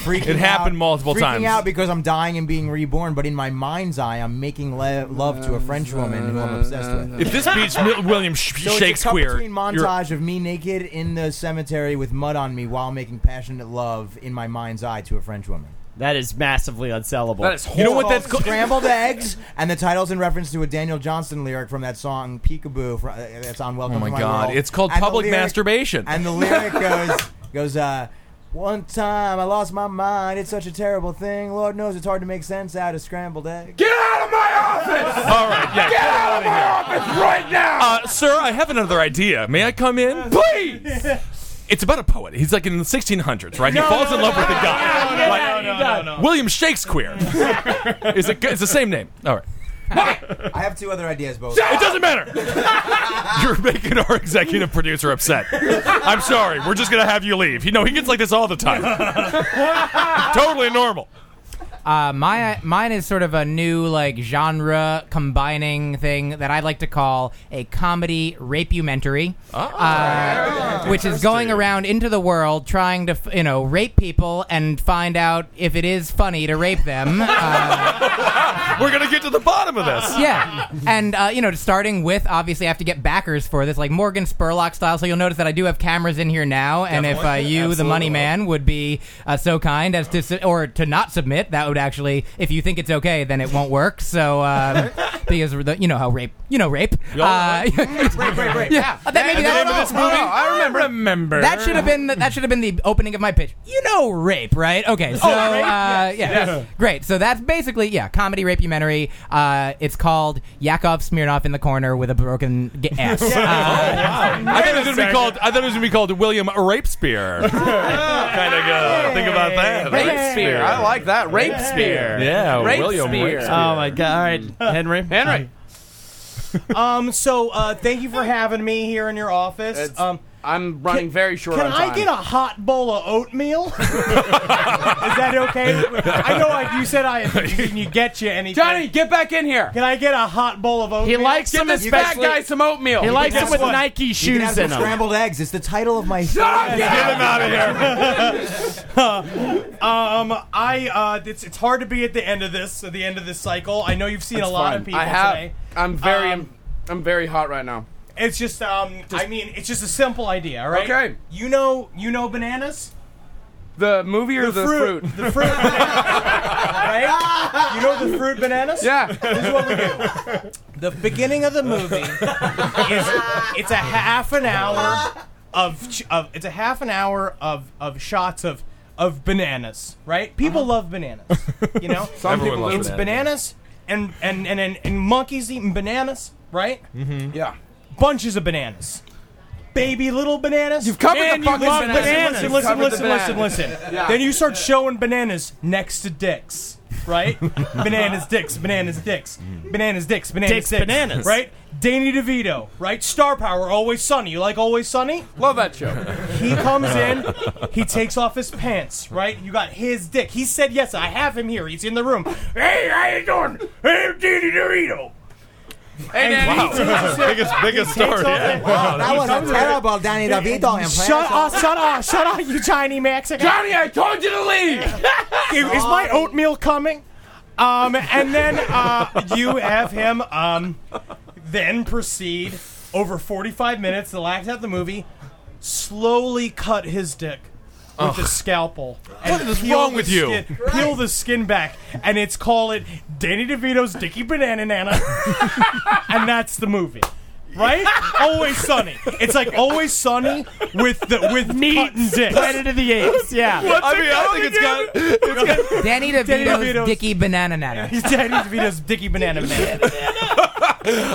S9: Freaking
S7: It happened
S9: out-
S7: multiple
S9: freaking
S7: times.
S9: out because I'm dying and being reborn, but in my mind's eye, I'm making le- love to a French woman who I'm obsessed with.
S7: If this beats Mil- William Sh-
S9: So
S7: Shakespeare,
S9: it's a cut between
S7: you're-
S9: montage of me naked in the cemetery with mud on me while making passionate love in my mind's eye to a French woman.
S12: That is massively unsellable.
S9: You know what that's called? Scrambled eggs, and the title's in reference to a Daniel Johnston lyric from that song "Peekaboo." fr- uh, That's on "Welcome
S7: Oh my
S9: to My
S7: God,
S9: World."
S7: it's called
S9: And the
S7: public masturbation.
S9: And the lyric goes goes. Uh, one time I lost my mind. It's such a terrible thing. Lord knows it's hard to make sense out of scrambled eggs. Get out of my office!
S7: All right, yeah. Get out of my office right now, uh, sir. I have another idea. May I come in, please? It's about a poet. He's like in the 1600s, right?
S23: No,
S7: he falls
S23: no,
S7: in love
S23: no,
S7: with a
S23: no,
S7: guy.
S23: no, no,
S7: Like,
S23: no, no, no,
S7: William Shakespeare. is it? It's the same name. All right.
S9: I have two other ideas, both.
S7: It doesn't matter. You're making our executive producer upset. I'm sorry. We're just gonna have you leave. You know he gets like this all the time. totally normal.
S1: Uh, my mine is sort of a new like genre combining thing that I like to call a comedy rapumentary, uh, which is going around into the world trying to f- you know rape people and find out if it is funny to rape them. Uh,
S7: We're gonna get to the bottom of this.
S1: Yeah, and uh, you know, starting with obviously, I have to get backers for this, like Morgan Spurlock style. So you'll notice that I do have cameras in here now, and if uh,
S24: Definitely.
S1: you, the money
S24: Absolutely.
S1: man, would be uh, so kind as to su- or to not submit, that would actually, if you think it's okay, then it won't work. So uh, because of the, you know how rape, you know rape.
S11: Y'all know
S1: rape, rape,
S11: rape.
S1: Yeah,
S11: Yeah.
S1: that
S11: That's
S1: maybe that's
S11: the name of this movie? I remember.
S1: remember. That should have been the, that should have been the opening of my pitch. You know rape, right? Okay, so
S11: Oh, rape?
S1: uh, yeah,
S11: Yes. Yes.
S1: great. So that's basically yeah, comedy rapumentary. Uh, it's called Yakov Smirnoff in the corner with a broken g- ass.
S7: Oh,
S1: Uh,
S7: I thought it was gonna be called. I thought it was gonna be called William Rapespear. kind of go uh, think about that.
S10: Rapespear. I like that. Rapespear.
S7: Yeah, William
S10: Rapespear.
S7: Rapespear.
S12: Oh my god! All right,
S7: Mm.
S12: Henry.
S10: Uh, Henry.
S8: um. So, uh, thank you for having me here in your office.
S10: It's-
S8: um.
S10: I'm running very short
S8: Can
S10: on
S8: I
S10: time.
S8: get a hot bowl of oatmeal? Is that okay? I know like, you said I can you get you anything. Johnny,
S10: get back in here.
S8: Can I get a hot bowl of oatmeal?
S12: He likes
S8: Get
S12: them
S8: this
S12: especially-
S8: fat guy
S10: some oatmeal.
S12: He likes
S9: Guess
S12: them with
S9: what?
S12: Nike
S9: You
S12: shoes
S9: can have some
S12: in them.
S9: Scrambled eggs. It's the title of my.
S8: Get
S9: him out of
S8: here. um, I uh, it's it's hard to be at the end of this, at the end of this cycle. I know you've seen
S10: That's
S8: a lot
S10: fine.
S8: of people
S10: I have.
S8: today.
S10: I'm very.
S8: Um,
S10: I'm very hot right now.
S8: It's just um, I mean, it's just a simple idea, all right?
S10: Okay.
S8: You know, you know bananas.
S10: The movie or the, fruit?
S8: The fruit. right? You know the fruit bananas?
S10: Yeah.
S8: This is what we do. The beginning of the movie is it's a half an hour of ch- of it's a half an hour of of shots of of bananas, right? People love bananas, you know?
S10: Uh-huh. Some Everyone people loves
S8: it's bananas
S10: bananas.
S8: and and and and, and monkeys eating bananas, right?
S10: Mm-hmm. Yeah.
S8: Bunches of bananas. Baby little bananas. You've
S10: covered
S8: Man,
S10: the
S8: you
S10: fucking
S8: love
S10: bananas.
S8: bananas.
S10: You've
S8: Listen,
S10: covered
S8: listen,
S10: the
S8: listen,
S10: bananas.
S8: listen.
S10: Yeah.
S8: Then you start showing bananas next to dicks, right? bananas, dicks, bananas, dicks, bananas, dicks, bananas,
S12: Dicks, bananas.
S8: right? Danny DeVito, right? Star power, Always Sunny. You like Always Sunny?
S10: Love that show.
S8: He comes in, he takes off his pants, right? You got his dick. He said yes. I have him here. He's in the room. Hey, how you doing? Hey, I'm Danny DeVito.
S10: Hey,
S8: Danny.
S7: biggest biggest start. Yeah. Wow,
S8: that was
S9: a terrible Danny DeVito
S8: Shut up, shut up, shut up, you tiny Mexican.
S10: Johnny, I told you to leave.
S8: is, is my oatmeal coming? Um, and then uh, you have him um, then proceed over 45 minutes, the last half of the movie, slowly cut his dick. With
S7: Ugh.
S8: a scalpel.
S7: What is
S8: peel
S7: wrong
S8: the
S7: with you?
S8: skin- Peel the skin back, and it's call it Danny DeVito's Dicky Banana Nana, and that's the movie, right? Always Sunny. It's like Always Sunny with the with meat and dick.
S12: Planet of the Apes, yeah.
S7: I mean, I don't think it's got. It's got
S1: Danny DeVito's,
S8: Danny DeVito's-
S1: Dicky Banana Nana.
S8: He's Danny DeVito's Dicky Banana Man.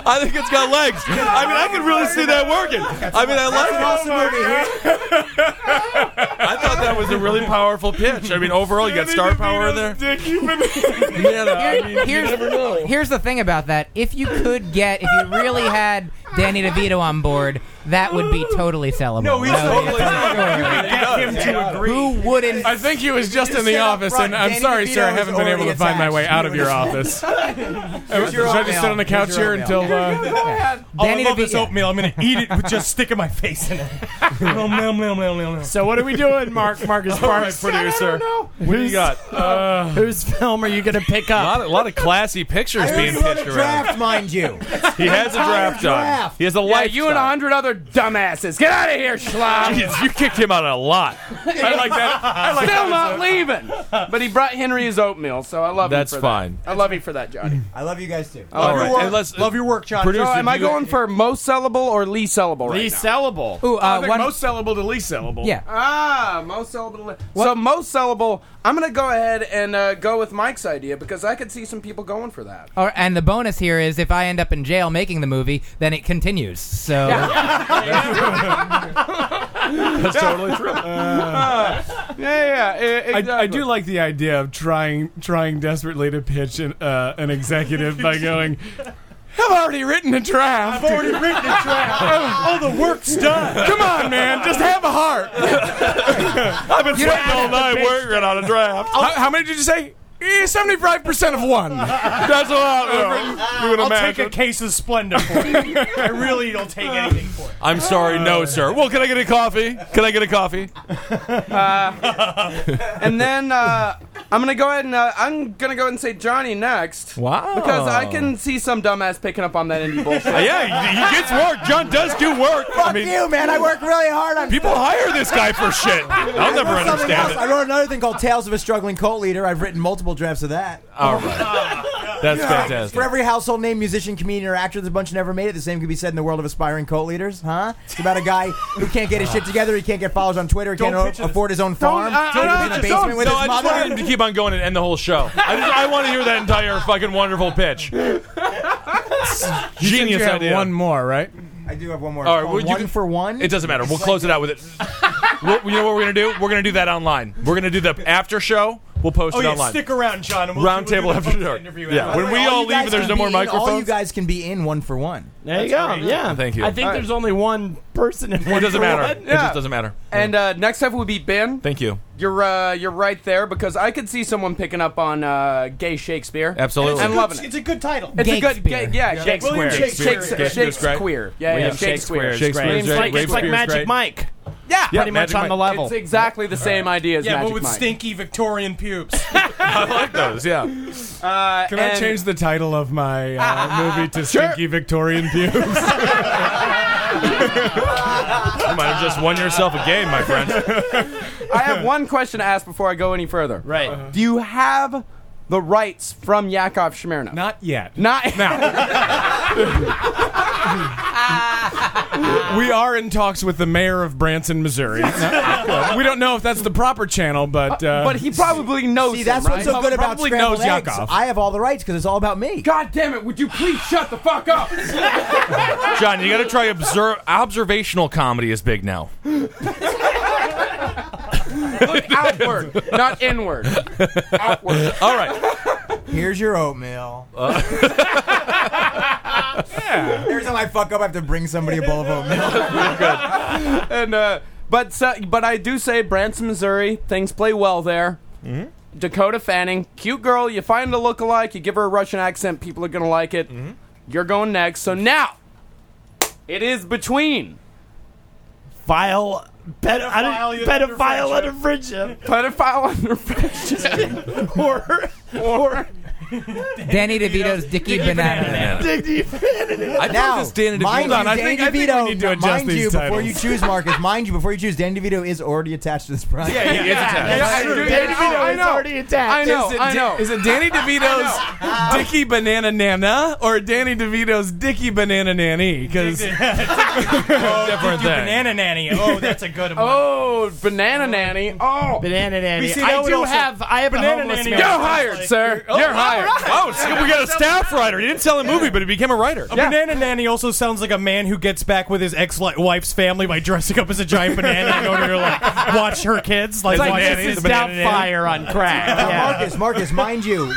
S7: I think it's got legs. I mean, I could really see that working. I mean, I like it. I thought that was a really powerful pitch. I mean, overall, you got star power in there. Yeah, no, I mean, you
S1: here's,
S7: never know.
S1: here's the thing about that. If you could get, if you really had Danny DeVito on board, that would be tototally sellable.
S3: No, he's
S1: That would be
S3: totally sellable. You could get him to agree.
S1: Who wouldn't?
S19: I think he was just in the
S3: Sit up
S19: office,
S3: front.
S19: and I'm
S3: Danny
S19: sorry, sir, I
S3: DeVito
S19: haven't
S3: is
S19: been able to
S3: already
S19: find my way
S3: attached.
S19: out of your office. Uh, Should I just sit on the couch here until? Uh,
S8: Oh,
S1: Danny
S8: I love this
S1: DeVito.
S8: oatmeal. I'm gonna eat it with just sticking my face in it. Nom, nom, nom, nom, nom, nom.
S12: So what are we doing, Mark? Marcus
S7: All right,
S12: Parks.
S7: producer. What do you got? Uh,
S12: Whose film are you going to pick
S7: a,
S12: up?
S7: lot of, lot of classy pictures
S9: I
S7: being
S9: already had
S7: pitched
S9: a
S7: around.
S9: draft, mind you.
S7: He has a draft done.
S9: draft.
S7: He has a
S10: Yeah,
S7: life.
S10: you and a hundred other dumbasses. Get out of here, schlub.
S7: Jeez, you kicked him out a lot. I like that. I like that.
S10: Still not leaving. But he brought Henry his oatmeal, so I love
S7: That's
S10: him for
S7: fine.
S10: that. I love you for that, Johnny.
S9: I love you guys too.
S7: All right, and let's-
S8: Love your work, John.
S7: Producer,
S10: So am I
S7: you-
S10: going for most sellable or least sellable right
S12: Least
S10: now?
S12: sellable.
S1: Ooh,
S10: I
S1: uh,
S10: think
S1: one,
S10: most
S19: sellable to least sellable.
S1: yeah.
S10: Ah, most sellable. to le- So most sellable. I'm gonna go ahead and uh, go with Mike's idea because I could see some people going for that.
S1: Or, and the bonus here is if I end up in jail making the movie, then it continues. So
S7: That's totally true.
S10: Yeah, yeah.
S19: I, I do like the idea of trying trying desperately to pitch an, uh, an executive by going, "I've already written a draft.
S8: I've already written a draft. Oh, the work's done.
S19: Come on, man, just have a heart."
S7: I've been sweating all night working on a draft.
S19: How, how many did you say? Eh, Seventy-five percent of one.
S7: That's a lot. You would
S8: I'll take
S7: imagine.
S8: a case of Splenda for you. I really don't take anything for it.
S7: I'm sorry, no, sir. Well, can I get a coffee? Can I get a coffee?
S10: and then uh, I'm gonna go ahead and uh, I'm gonna go ahead and say Johnny next.
S7: Wow.
S10: Because I can see some dumbass picking up on that indie bullshit.
S7: Uh, Yeah, he, he gets work. John does do work. I
S9: Fuck
S7: mean,
S9: you, man. I work really hard on.
S7: people hire this guy for shit.
S9: I
S7: I'll never
S9: wrote something
S7: understand
S9: else. I
S7: it.
S9: wrote another thing called Tales of a Struggling Cult Leader. I've written multiple drafts of that.
S7: All right. That's
S9: Yeah.
S7: fantastic.
S9: For every household name, musician, comedian, or actor, there's a bunch who never made it. The same could be said in the world of aspiring cult leaders, huh? It's about a guy who can't get his shit together. He can't get followers on Twitter. He
S7: Don't
S9: can't o-
S7: picture this.
S9: afford his own farm.
S7: Don't- I- I don't
S9: lives in a
S7: picture-
S9: basement
S7: don't-
S9: with
S7: no,
S9: his
S7: I just
S9: mother.
S7: wanted him to keep on going and end the whole show. I, just, I want to hear that entire fucking wonderful pitch. Genius
S9: you have
S7: idea.
S9: one
S7: more, right?
S9: I do have one more.
S7: All right,
S9: Oh,
S7: well, you
S9: one
S7: can-
S9: for one.
S7: It doesn't matter. We'll close it out with it. We'll- you know what we're gonna do? We're gonna do that online. We're gonna do the after show. We'll post
S18: Oh,
S7: it
S18: yeah,
S7: online.
S18: stick around, John. And we'll
S7: Round
S18: we'll do
S7: table
S18: the
S7: after
S18: post
S7: dark.
S18: interview
S7: Yeah,
S18: after.
S7: when we all leave
S9: you guys
S7: and there's
S9: can
S7: no more
S9: be in- All you
S7: microphones.
S9: guys can be in one for one.
S12: There you go. Yeah.
S7: Thank you.
S12: I think
S7: All right.
S12: there's only one person in
S7: Well, it doesn't matter.
S12: One.
S7: It just doesn't matter.
S10: And uh, next up will be Ben.
S7: Thank you.
S10: You're uh, you're right there because I could see someone picking up on uh, gay Shakespeare.
S7: Absolutely.
S10: and,
S7: It's a
S10: loving
S18: It's
S10: it.
S18: a good title.
S10: It's a good, gay, yeah,
S18: William
S10: Shakespeare.
S18: Shakespeare.
S10: Shakespeare. Shakespeare. Yeah, yeah, Shakespeare.
S12: Shakespeare's great. It's like- it's like Magic Mike.
S10: Yeah,
S12: Pretty much on the level.
S10: It's exactly the same idea as
S18: yeah,
S10: Magic
S18: but with
S10: Mike.
S18: stinky Victorian pubes.
S7: those, yeah.
S18: Can I
S10: Uh, and-
S18: change
S19: Change the title of my uh, movie to
S10: Sure.
S19: Stinky Victorian Pubes.
S7: You might have just won yourself a game, my friend.
S10: I have one question to ask before I go any further. Right. Do you have the rights from Yakov Smirnov?
S19: Not yet.
S10: Not
S19: now. we are in talks with the mayor of Branson, Missouri. we don't know if that's the proper channel, but uh,
S10: but he probably knows.
S9: See, that's
S10: him,
S9: what's
S10: right?
S9: so good about
S19: Probably
S9: scrambled
S19: knows
S9: eggs.
S19: Yakov.
S9: I have all the rights because it's all about me.
S10: God damn it! Would you please shut the fuck up?
S19: uh,
S7: John, you got to try observe observational comedy is big now.
S10: Look outward, not inward. Outward.
S7: All right.
S9: Here's your oatmeal.
S7: Uh.
S10: Yeah.
S9: Every time I fuck up, I have to bring somebody a bowl of oatmeal.
S10: and uh, but so, but I do say Branson, Missouri, things play well there.
S19: Mm-hmm.
S10: Dakota Fanning, cute girl. You find a lookalike, you give her a Russian accent, people are gonna like it.
S19: Mm-hmm.
S10: You're going next, so now it is between
S12: File. Pedophile,
S10: Pedophile
S12: pedophile
S10: under
S12: under friendship.
S10: pedophile under friendship,
S12: or or
S1: Danny DeVito's Dicky Banana.
S12: Dicky Vanity.
S7: I
S9: now, mind
S7: Hold on,
S9: you,
S7: I think,
S9: Danny
S7: I think
S9: DeVito,
S7: we need to
S9: now,
S7: adjust
S9: mind
S7: these
S9: you,
S7: titles.
S9: before you choose, Marcus, mind you, before you choose, Danny DeVito is already attached to this project.
S7: Yeah, he is attached.
S10: Yeah, I do-
S12: Danny
S10: I know,
S12: DeVito
S10: I
S12: is
S10: know.
S12: already attached.
S10: I know.
S19: Is it,
S10: I know.
S19: Is it Danny DeVito's Dicky Banana Nana or Danny DeVito's Dicky Banana Nanny? Because
S7: different thing.
S18: Banana nanny. Oh, that's a good one.
S10: Oh, banana nanny. Oh,
S12: Banana nanny.
S18: see, that
S12: I
S18: would
S12: do
S18: also-
S12: have. I have
S18: Banana
S12: a homeless
S18: nanny
S12: man.
S18: would
S7: You're
S18: also-
S7: hired, sir.
S18: Oh,
S7: You're hired.
S18: all right.
S7: Oh, so we got a staff writer. He didn't sell a movie, but he became a writer.
S18: A banana nanny also sounds like a man who gets back with his ex-wife's family by dressing up as a giant banana in order to like watch her kids. Like,
S12: It's
S18: watch
S12: like
S18: this
S12: this
S18: is
S12: is
S18: down-
S12: Doubtfire on crack.
S9: Now,
S12: Yeah.
S9: Marcus, Marcus, mind you,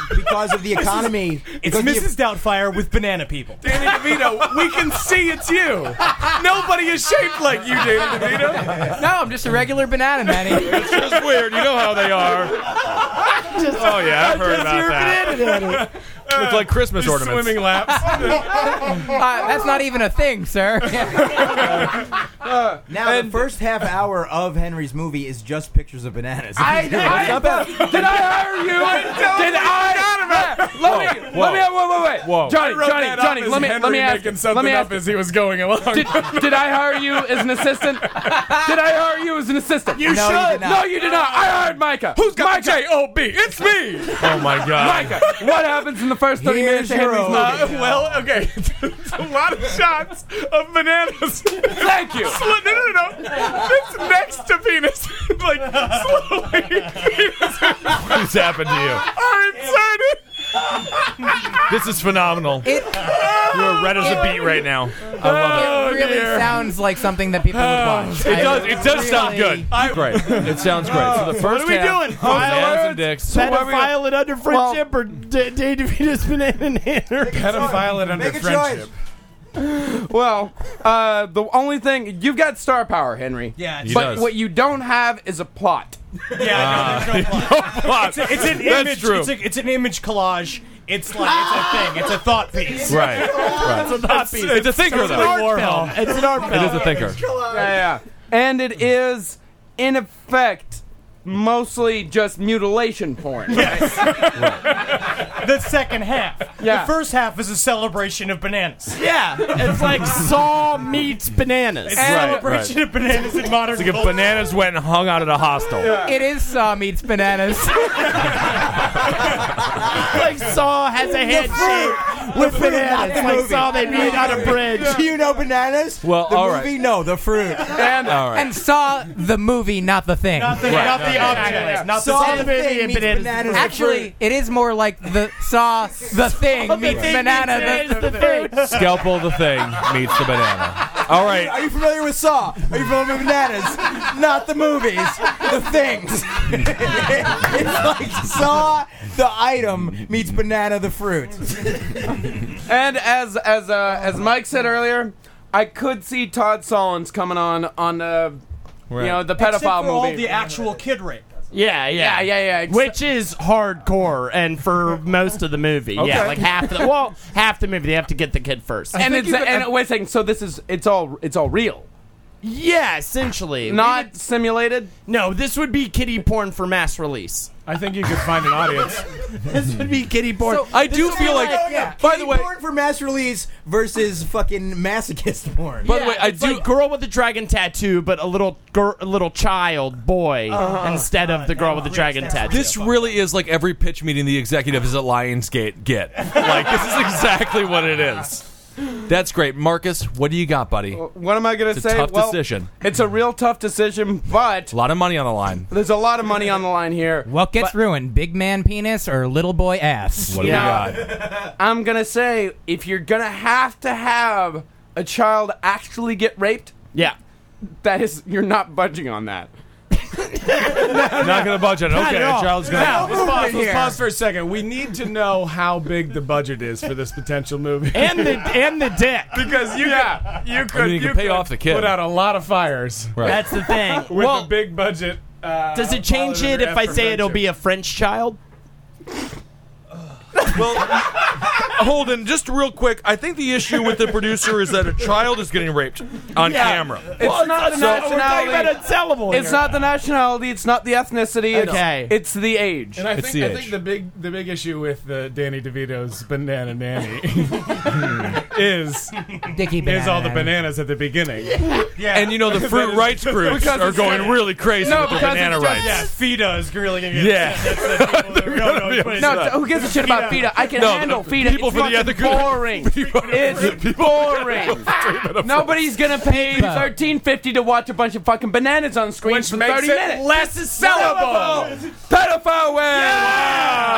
S9: because of the economy,
S18: It's
S9: because the-
S18: Mrs. Doubtfire with banana people.
S19: Danny DeVito, we can see it's you. Nobody is shaped like you, Danny DeVito.
S1: No, Oh, I'm just a regular banana, Manny. Uh,
S7: It's just weird. You know how they are. oh yeah, I've heard about that. Look like Christmas
S19: Just
S7: ornaments.
S19: swimming laps.
S1: Uh, that's not even a thing, sir.
S9: now the first half hour of Henry's movie is just pictures of bananas.
S10: I,
S9: It's not bad.
S10: I, did I hire you? did I? Let me,
S7: Whoa,
S10: let me, wait, wait, wait.
S7: Whoa.
S10: Johnny,
S19: I wrote
S10: Johnny,
S19: that up
S10: Johnny,
S19: as
S10: let me,
S19: Henry
S10: let me ask,
S19: making
S10: let
S19: something
S10: me ask.
S19: up as he was going along.
S10: Did, did I hire you as an assistant? Did I hire you as an assistant?
S9: No,
S10: You
S9: you should. did not.
S10: No, you did not. I hired Micah. Who's got Micah? J-O-B? It's me.
S7: Oh my god.
S10: Micah, what happens in the first 30
S9: Here's
S10: minutes of Henry's
S9: your
S10: movie?
S19: Uh, well, okay. It's a lot of shots of bananas.
S10: Thank you.
S19: Sli- no, no, no, no. It's next to penis. like, slowly. Penis
S7: What's happened to
S19: are inserted.
S7: you? This is phenomenal.
S1: It,
S7: You're red as a beat right now. I love
S1: it really
S19: dear.
S1: sounds like something that people would watch.
S7: it. It
S1: I
S7: does. It does sound
S1: really-
S7: good. Great. It sounds great. So the first
S12: What are we
S7: half-
S12: doing?
S7: Oh, hands
S12: Fireworks?
S7: and dicks.
S12: Pedophile it under friendship or D- Day DeVito's banana nanny.
S19: Pedophile it under
S9: Make a choice.
S19: friendship.
S10: Well, uh, the only thing you've got star power, Henry.
S18: Yeah,
S7: He
S10: but
S7: does.
S10: what you don't have is a plot.
S18: yeah, no, there's no plot.
S7: It's,
S18: It's an
S7: uh, That's
S18: image.
S7: true.
S18: It's, a, it's an image collage. It's like it's a thing. It's a thought piece.
S7: right. Right.
S12: It's a thought piece.
S7: It's a thinker,
S18: It's like
S7: though.
S18: Warhol.
S12: It's an art
S7: It is a
S12: film.
S7: thinker.
S10: Yeah, yeah. And it is, in effect, mostly just mutilation porn.
S18: the second half.
S10: Yeah.
S18: The first half is a celebration of bananas.
S12: Yeah, it's like saw meets bananas.
S18: It's a celebration of bananas in modern
S19: It's like if
S18: culture.
S19: bananas went and hung out at a hostel.
S1: It is saw meets bananas.
S12: like Saw has a handshake with bananas. Like Saw they meet on a bridge.
S9: Do you know bananas?
S7: Well,
S9: the
S7: all right.
S9: movie, no, the fruit.
S1: and,
S7: All right.
S1: and saw the movie, not the thing.
S9: Not the- Right. not the object. Not the- Saw the movie and bananas is the
S1: Actually,
S9: fruit.
S1: it is more like the saw the thing meets
S9: thing
S1: banana
S9: meets
S1: the,
S9: bananas, the
S1: thing.
S7: Scalpel the thing meets the banana. All right.
S9: Are you familiar with Saw? Are you familiar with bananas? Not the movies, the things. it's like Saw, the item, meets banana, the fruit.
S10: and as as uh, as Mike said earlier, I could see Todd Solondz coming on on the you know the pedophile
S18: Except for
S10: movie.
S18: all the actual kid rape.
S12: Yeah,
S10: Yeah, yeah,
S12: yeah,
S10: yeah, ex-
S12: Which is hardcore, and for most of the movie, yeah,
S10: Okay.
S12: like half the well, half the movie they have to get the kid first,
S10: and it's and wait a second. So this is it's all it's all real.
S12: yeah, essentially
S10: Not simulated.
S12: No, this would be kiddie porn for mass release.
S19: I think you could find an audience.
S12: this would be kiddie porn.
S9: This is yeah,
S12: by
S9: kitty
S12: the way-
S9: porn for mass release versus fucking masochist porn.
S12: By the way, I do girl with the dragon tattoo, but a little girl, a little child boy
S9: Uh-huh.
S12: instead of the girl with the dragon tattoo.
S7: This really is like every pitch meeting the executives at Lionsgate get. Like this is exactly what it is. That's great, Marcus. What do you got, buddy?
S10: What am I gonna
S7: It's a
S10: say?
S7: tough
S10: Well,
S7: decision.
S10: It's a real tough decision, but
S7: A lot of money on the line.
S10: there's a lot of money on the line here.
S1: What gets ruined, big man penis or little boy ass?
S7: What do we got?
S10: I'm gonna say if you're gonna have to have a child actually get raped,
S12: yeah,
S10: that is you're not budging on that.
S19: Not gonna budget.
S10: Not
S19: Okay,
S10: at all.
S19: Charles gonna.
S10: Now,
S19: let's, pause, let's
S10: moving here.
S19: pause for a second. We need to know how big the budget is for this potential movie,
S12: and the and the dick
S19: because you
S10: yeah
S19: could, you could
S7: mean, you could pay
S19: could
S7: off the kid.
S19: put out a lot of fires.
S7: Right.
S12: That's the thing.
S19: with
S12: well,
S19: a big budget. Uh,
S12: does it change it if I say it'll be a French child?
S7: Holden, just real quick, I think the issue with the producer is that a child is getting raped on
S12: Yeah.
S7: camera.
S10: It's not the
S12: so- we're talking about
S10: nationality.
S12: unsellable.
S10: It's
S12: here.
S10: not the nationality. It's not the ethnicity. it's-
S12: Okay.
S10: It's, the age.
S19: And I
S7: It's
S19: think
S7: the
S19: I
S7: age.
S19: think the big the big issue with uh, Danny DeVito's banana nanny is
S1: Dicky
S19: is all the
S1: banana.
S19: bananas at the beginning.
S18: Yeah.
S7: And you know the fruit rights groups
S10: Because
S7: are
S10: it's
S7: going
S10: gonna-
S7: really crazy
S10: No,
S7: with the
S10: because
S7: banana
S10: it's just-
S7: rights.
S18: yeah, FIDA is really gonna get
S7: Yeah.
S18: That's the people that really don't know what it is.
S10: no, t- who gives a shit about
S18: Feta.
S10: feta? I can
S7: No, the
S10: handle feta.
S7: people
S10: it's
S7: for the
S10: fucking
S7: other group-
S10: boring. it's boring. Nobody's gonna pay thirteen fifty to watch a bunch of fucking bananas on screen
S19: Which
S10: for
S19: makes
S10: thirty
S19: it
S10: minutes.
S19: less
S10: sellable. Pedophile wins.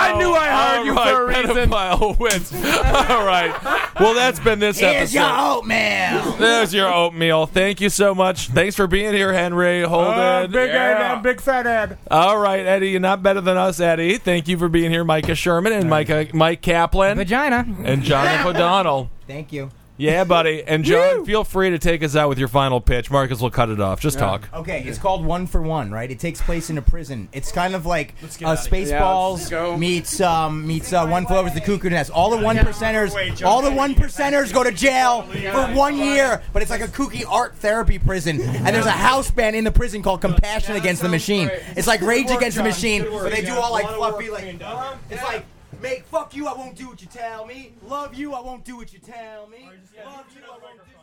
S10: I knew I heard
S7: All
S10: you
S7: right,
S10: for a reason.
S7: pedophile wins. All right. Well, that's been this
S9: Here's your
S7: episode.
S9: oatmeal.
S7: There's your oatmeal. Thank you so much. Thanks for being here, Henry. Holden. Yeah.
S18: big fat head.
S7: All right, Eddie. You're not better than us, Eddie. Thank you for being here, Micah Sherman and Micah, Mike Kaplan
S1: Vagina.
S7: and Jonathan O'Donnell.
S9: Thank you.
S7: Yeah, buddy. And John, feel free to take us out with your final pitch. Marcus will cut it off. Just talk.
S9: Okay, it's called One for One, right? It takes place in a prison. It's kind of like uh, Spaceballs meets um, meets uh, One Flew Over the Cuckoo Nest. All the one percenters, all the one percenters go to jail for one year, but it's like a kooky art therapy prison. And there's a house band in the prison called Compassion Against the Machine. It's like Rage Against the Machine, but they do all like fluffy, like uh-huh. it's like. Make fuck you, I won't do what you tell me. Love you, I won't do what you tell me. Love you, I won't do.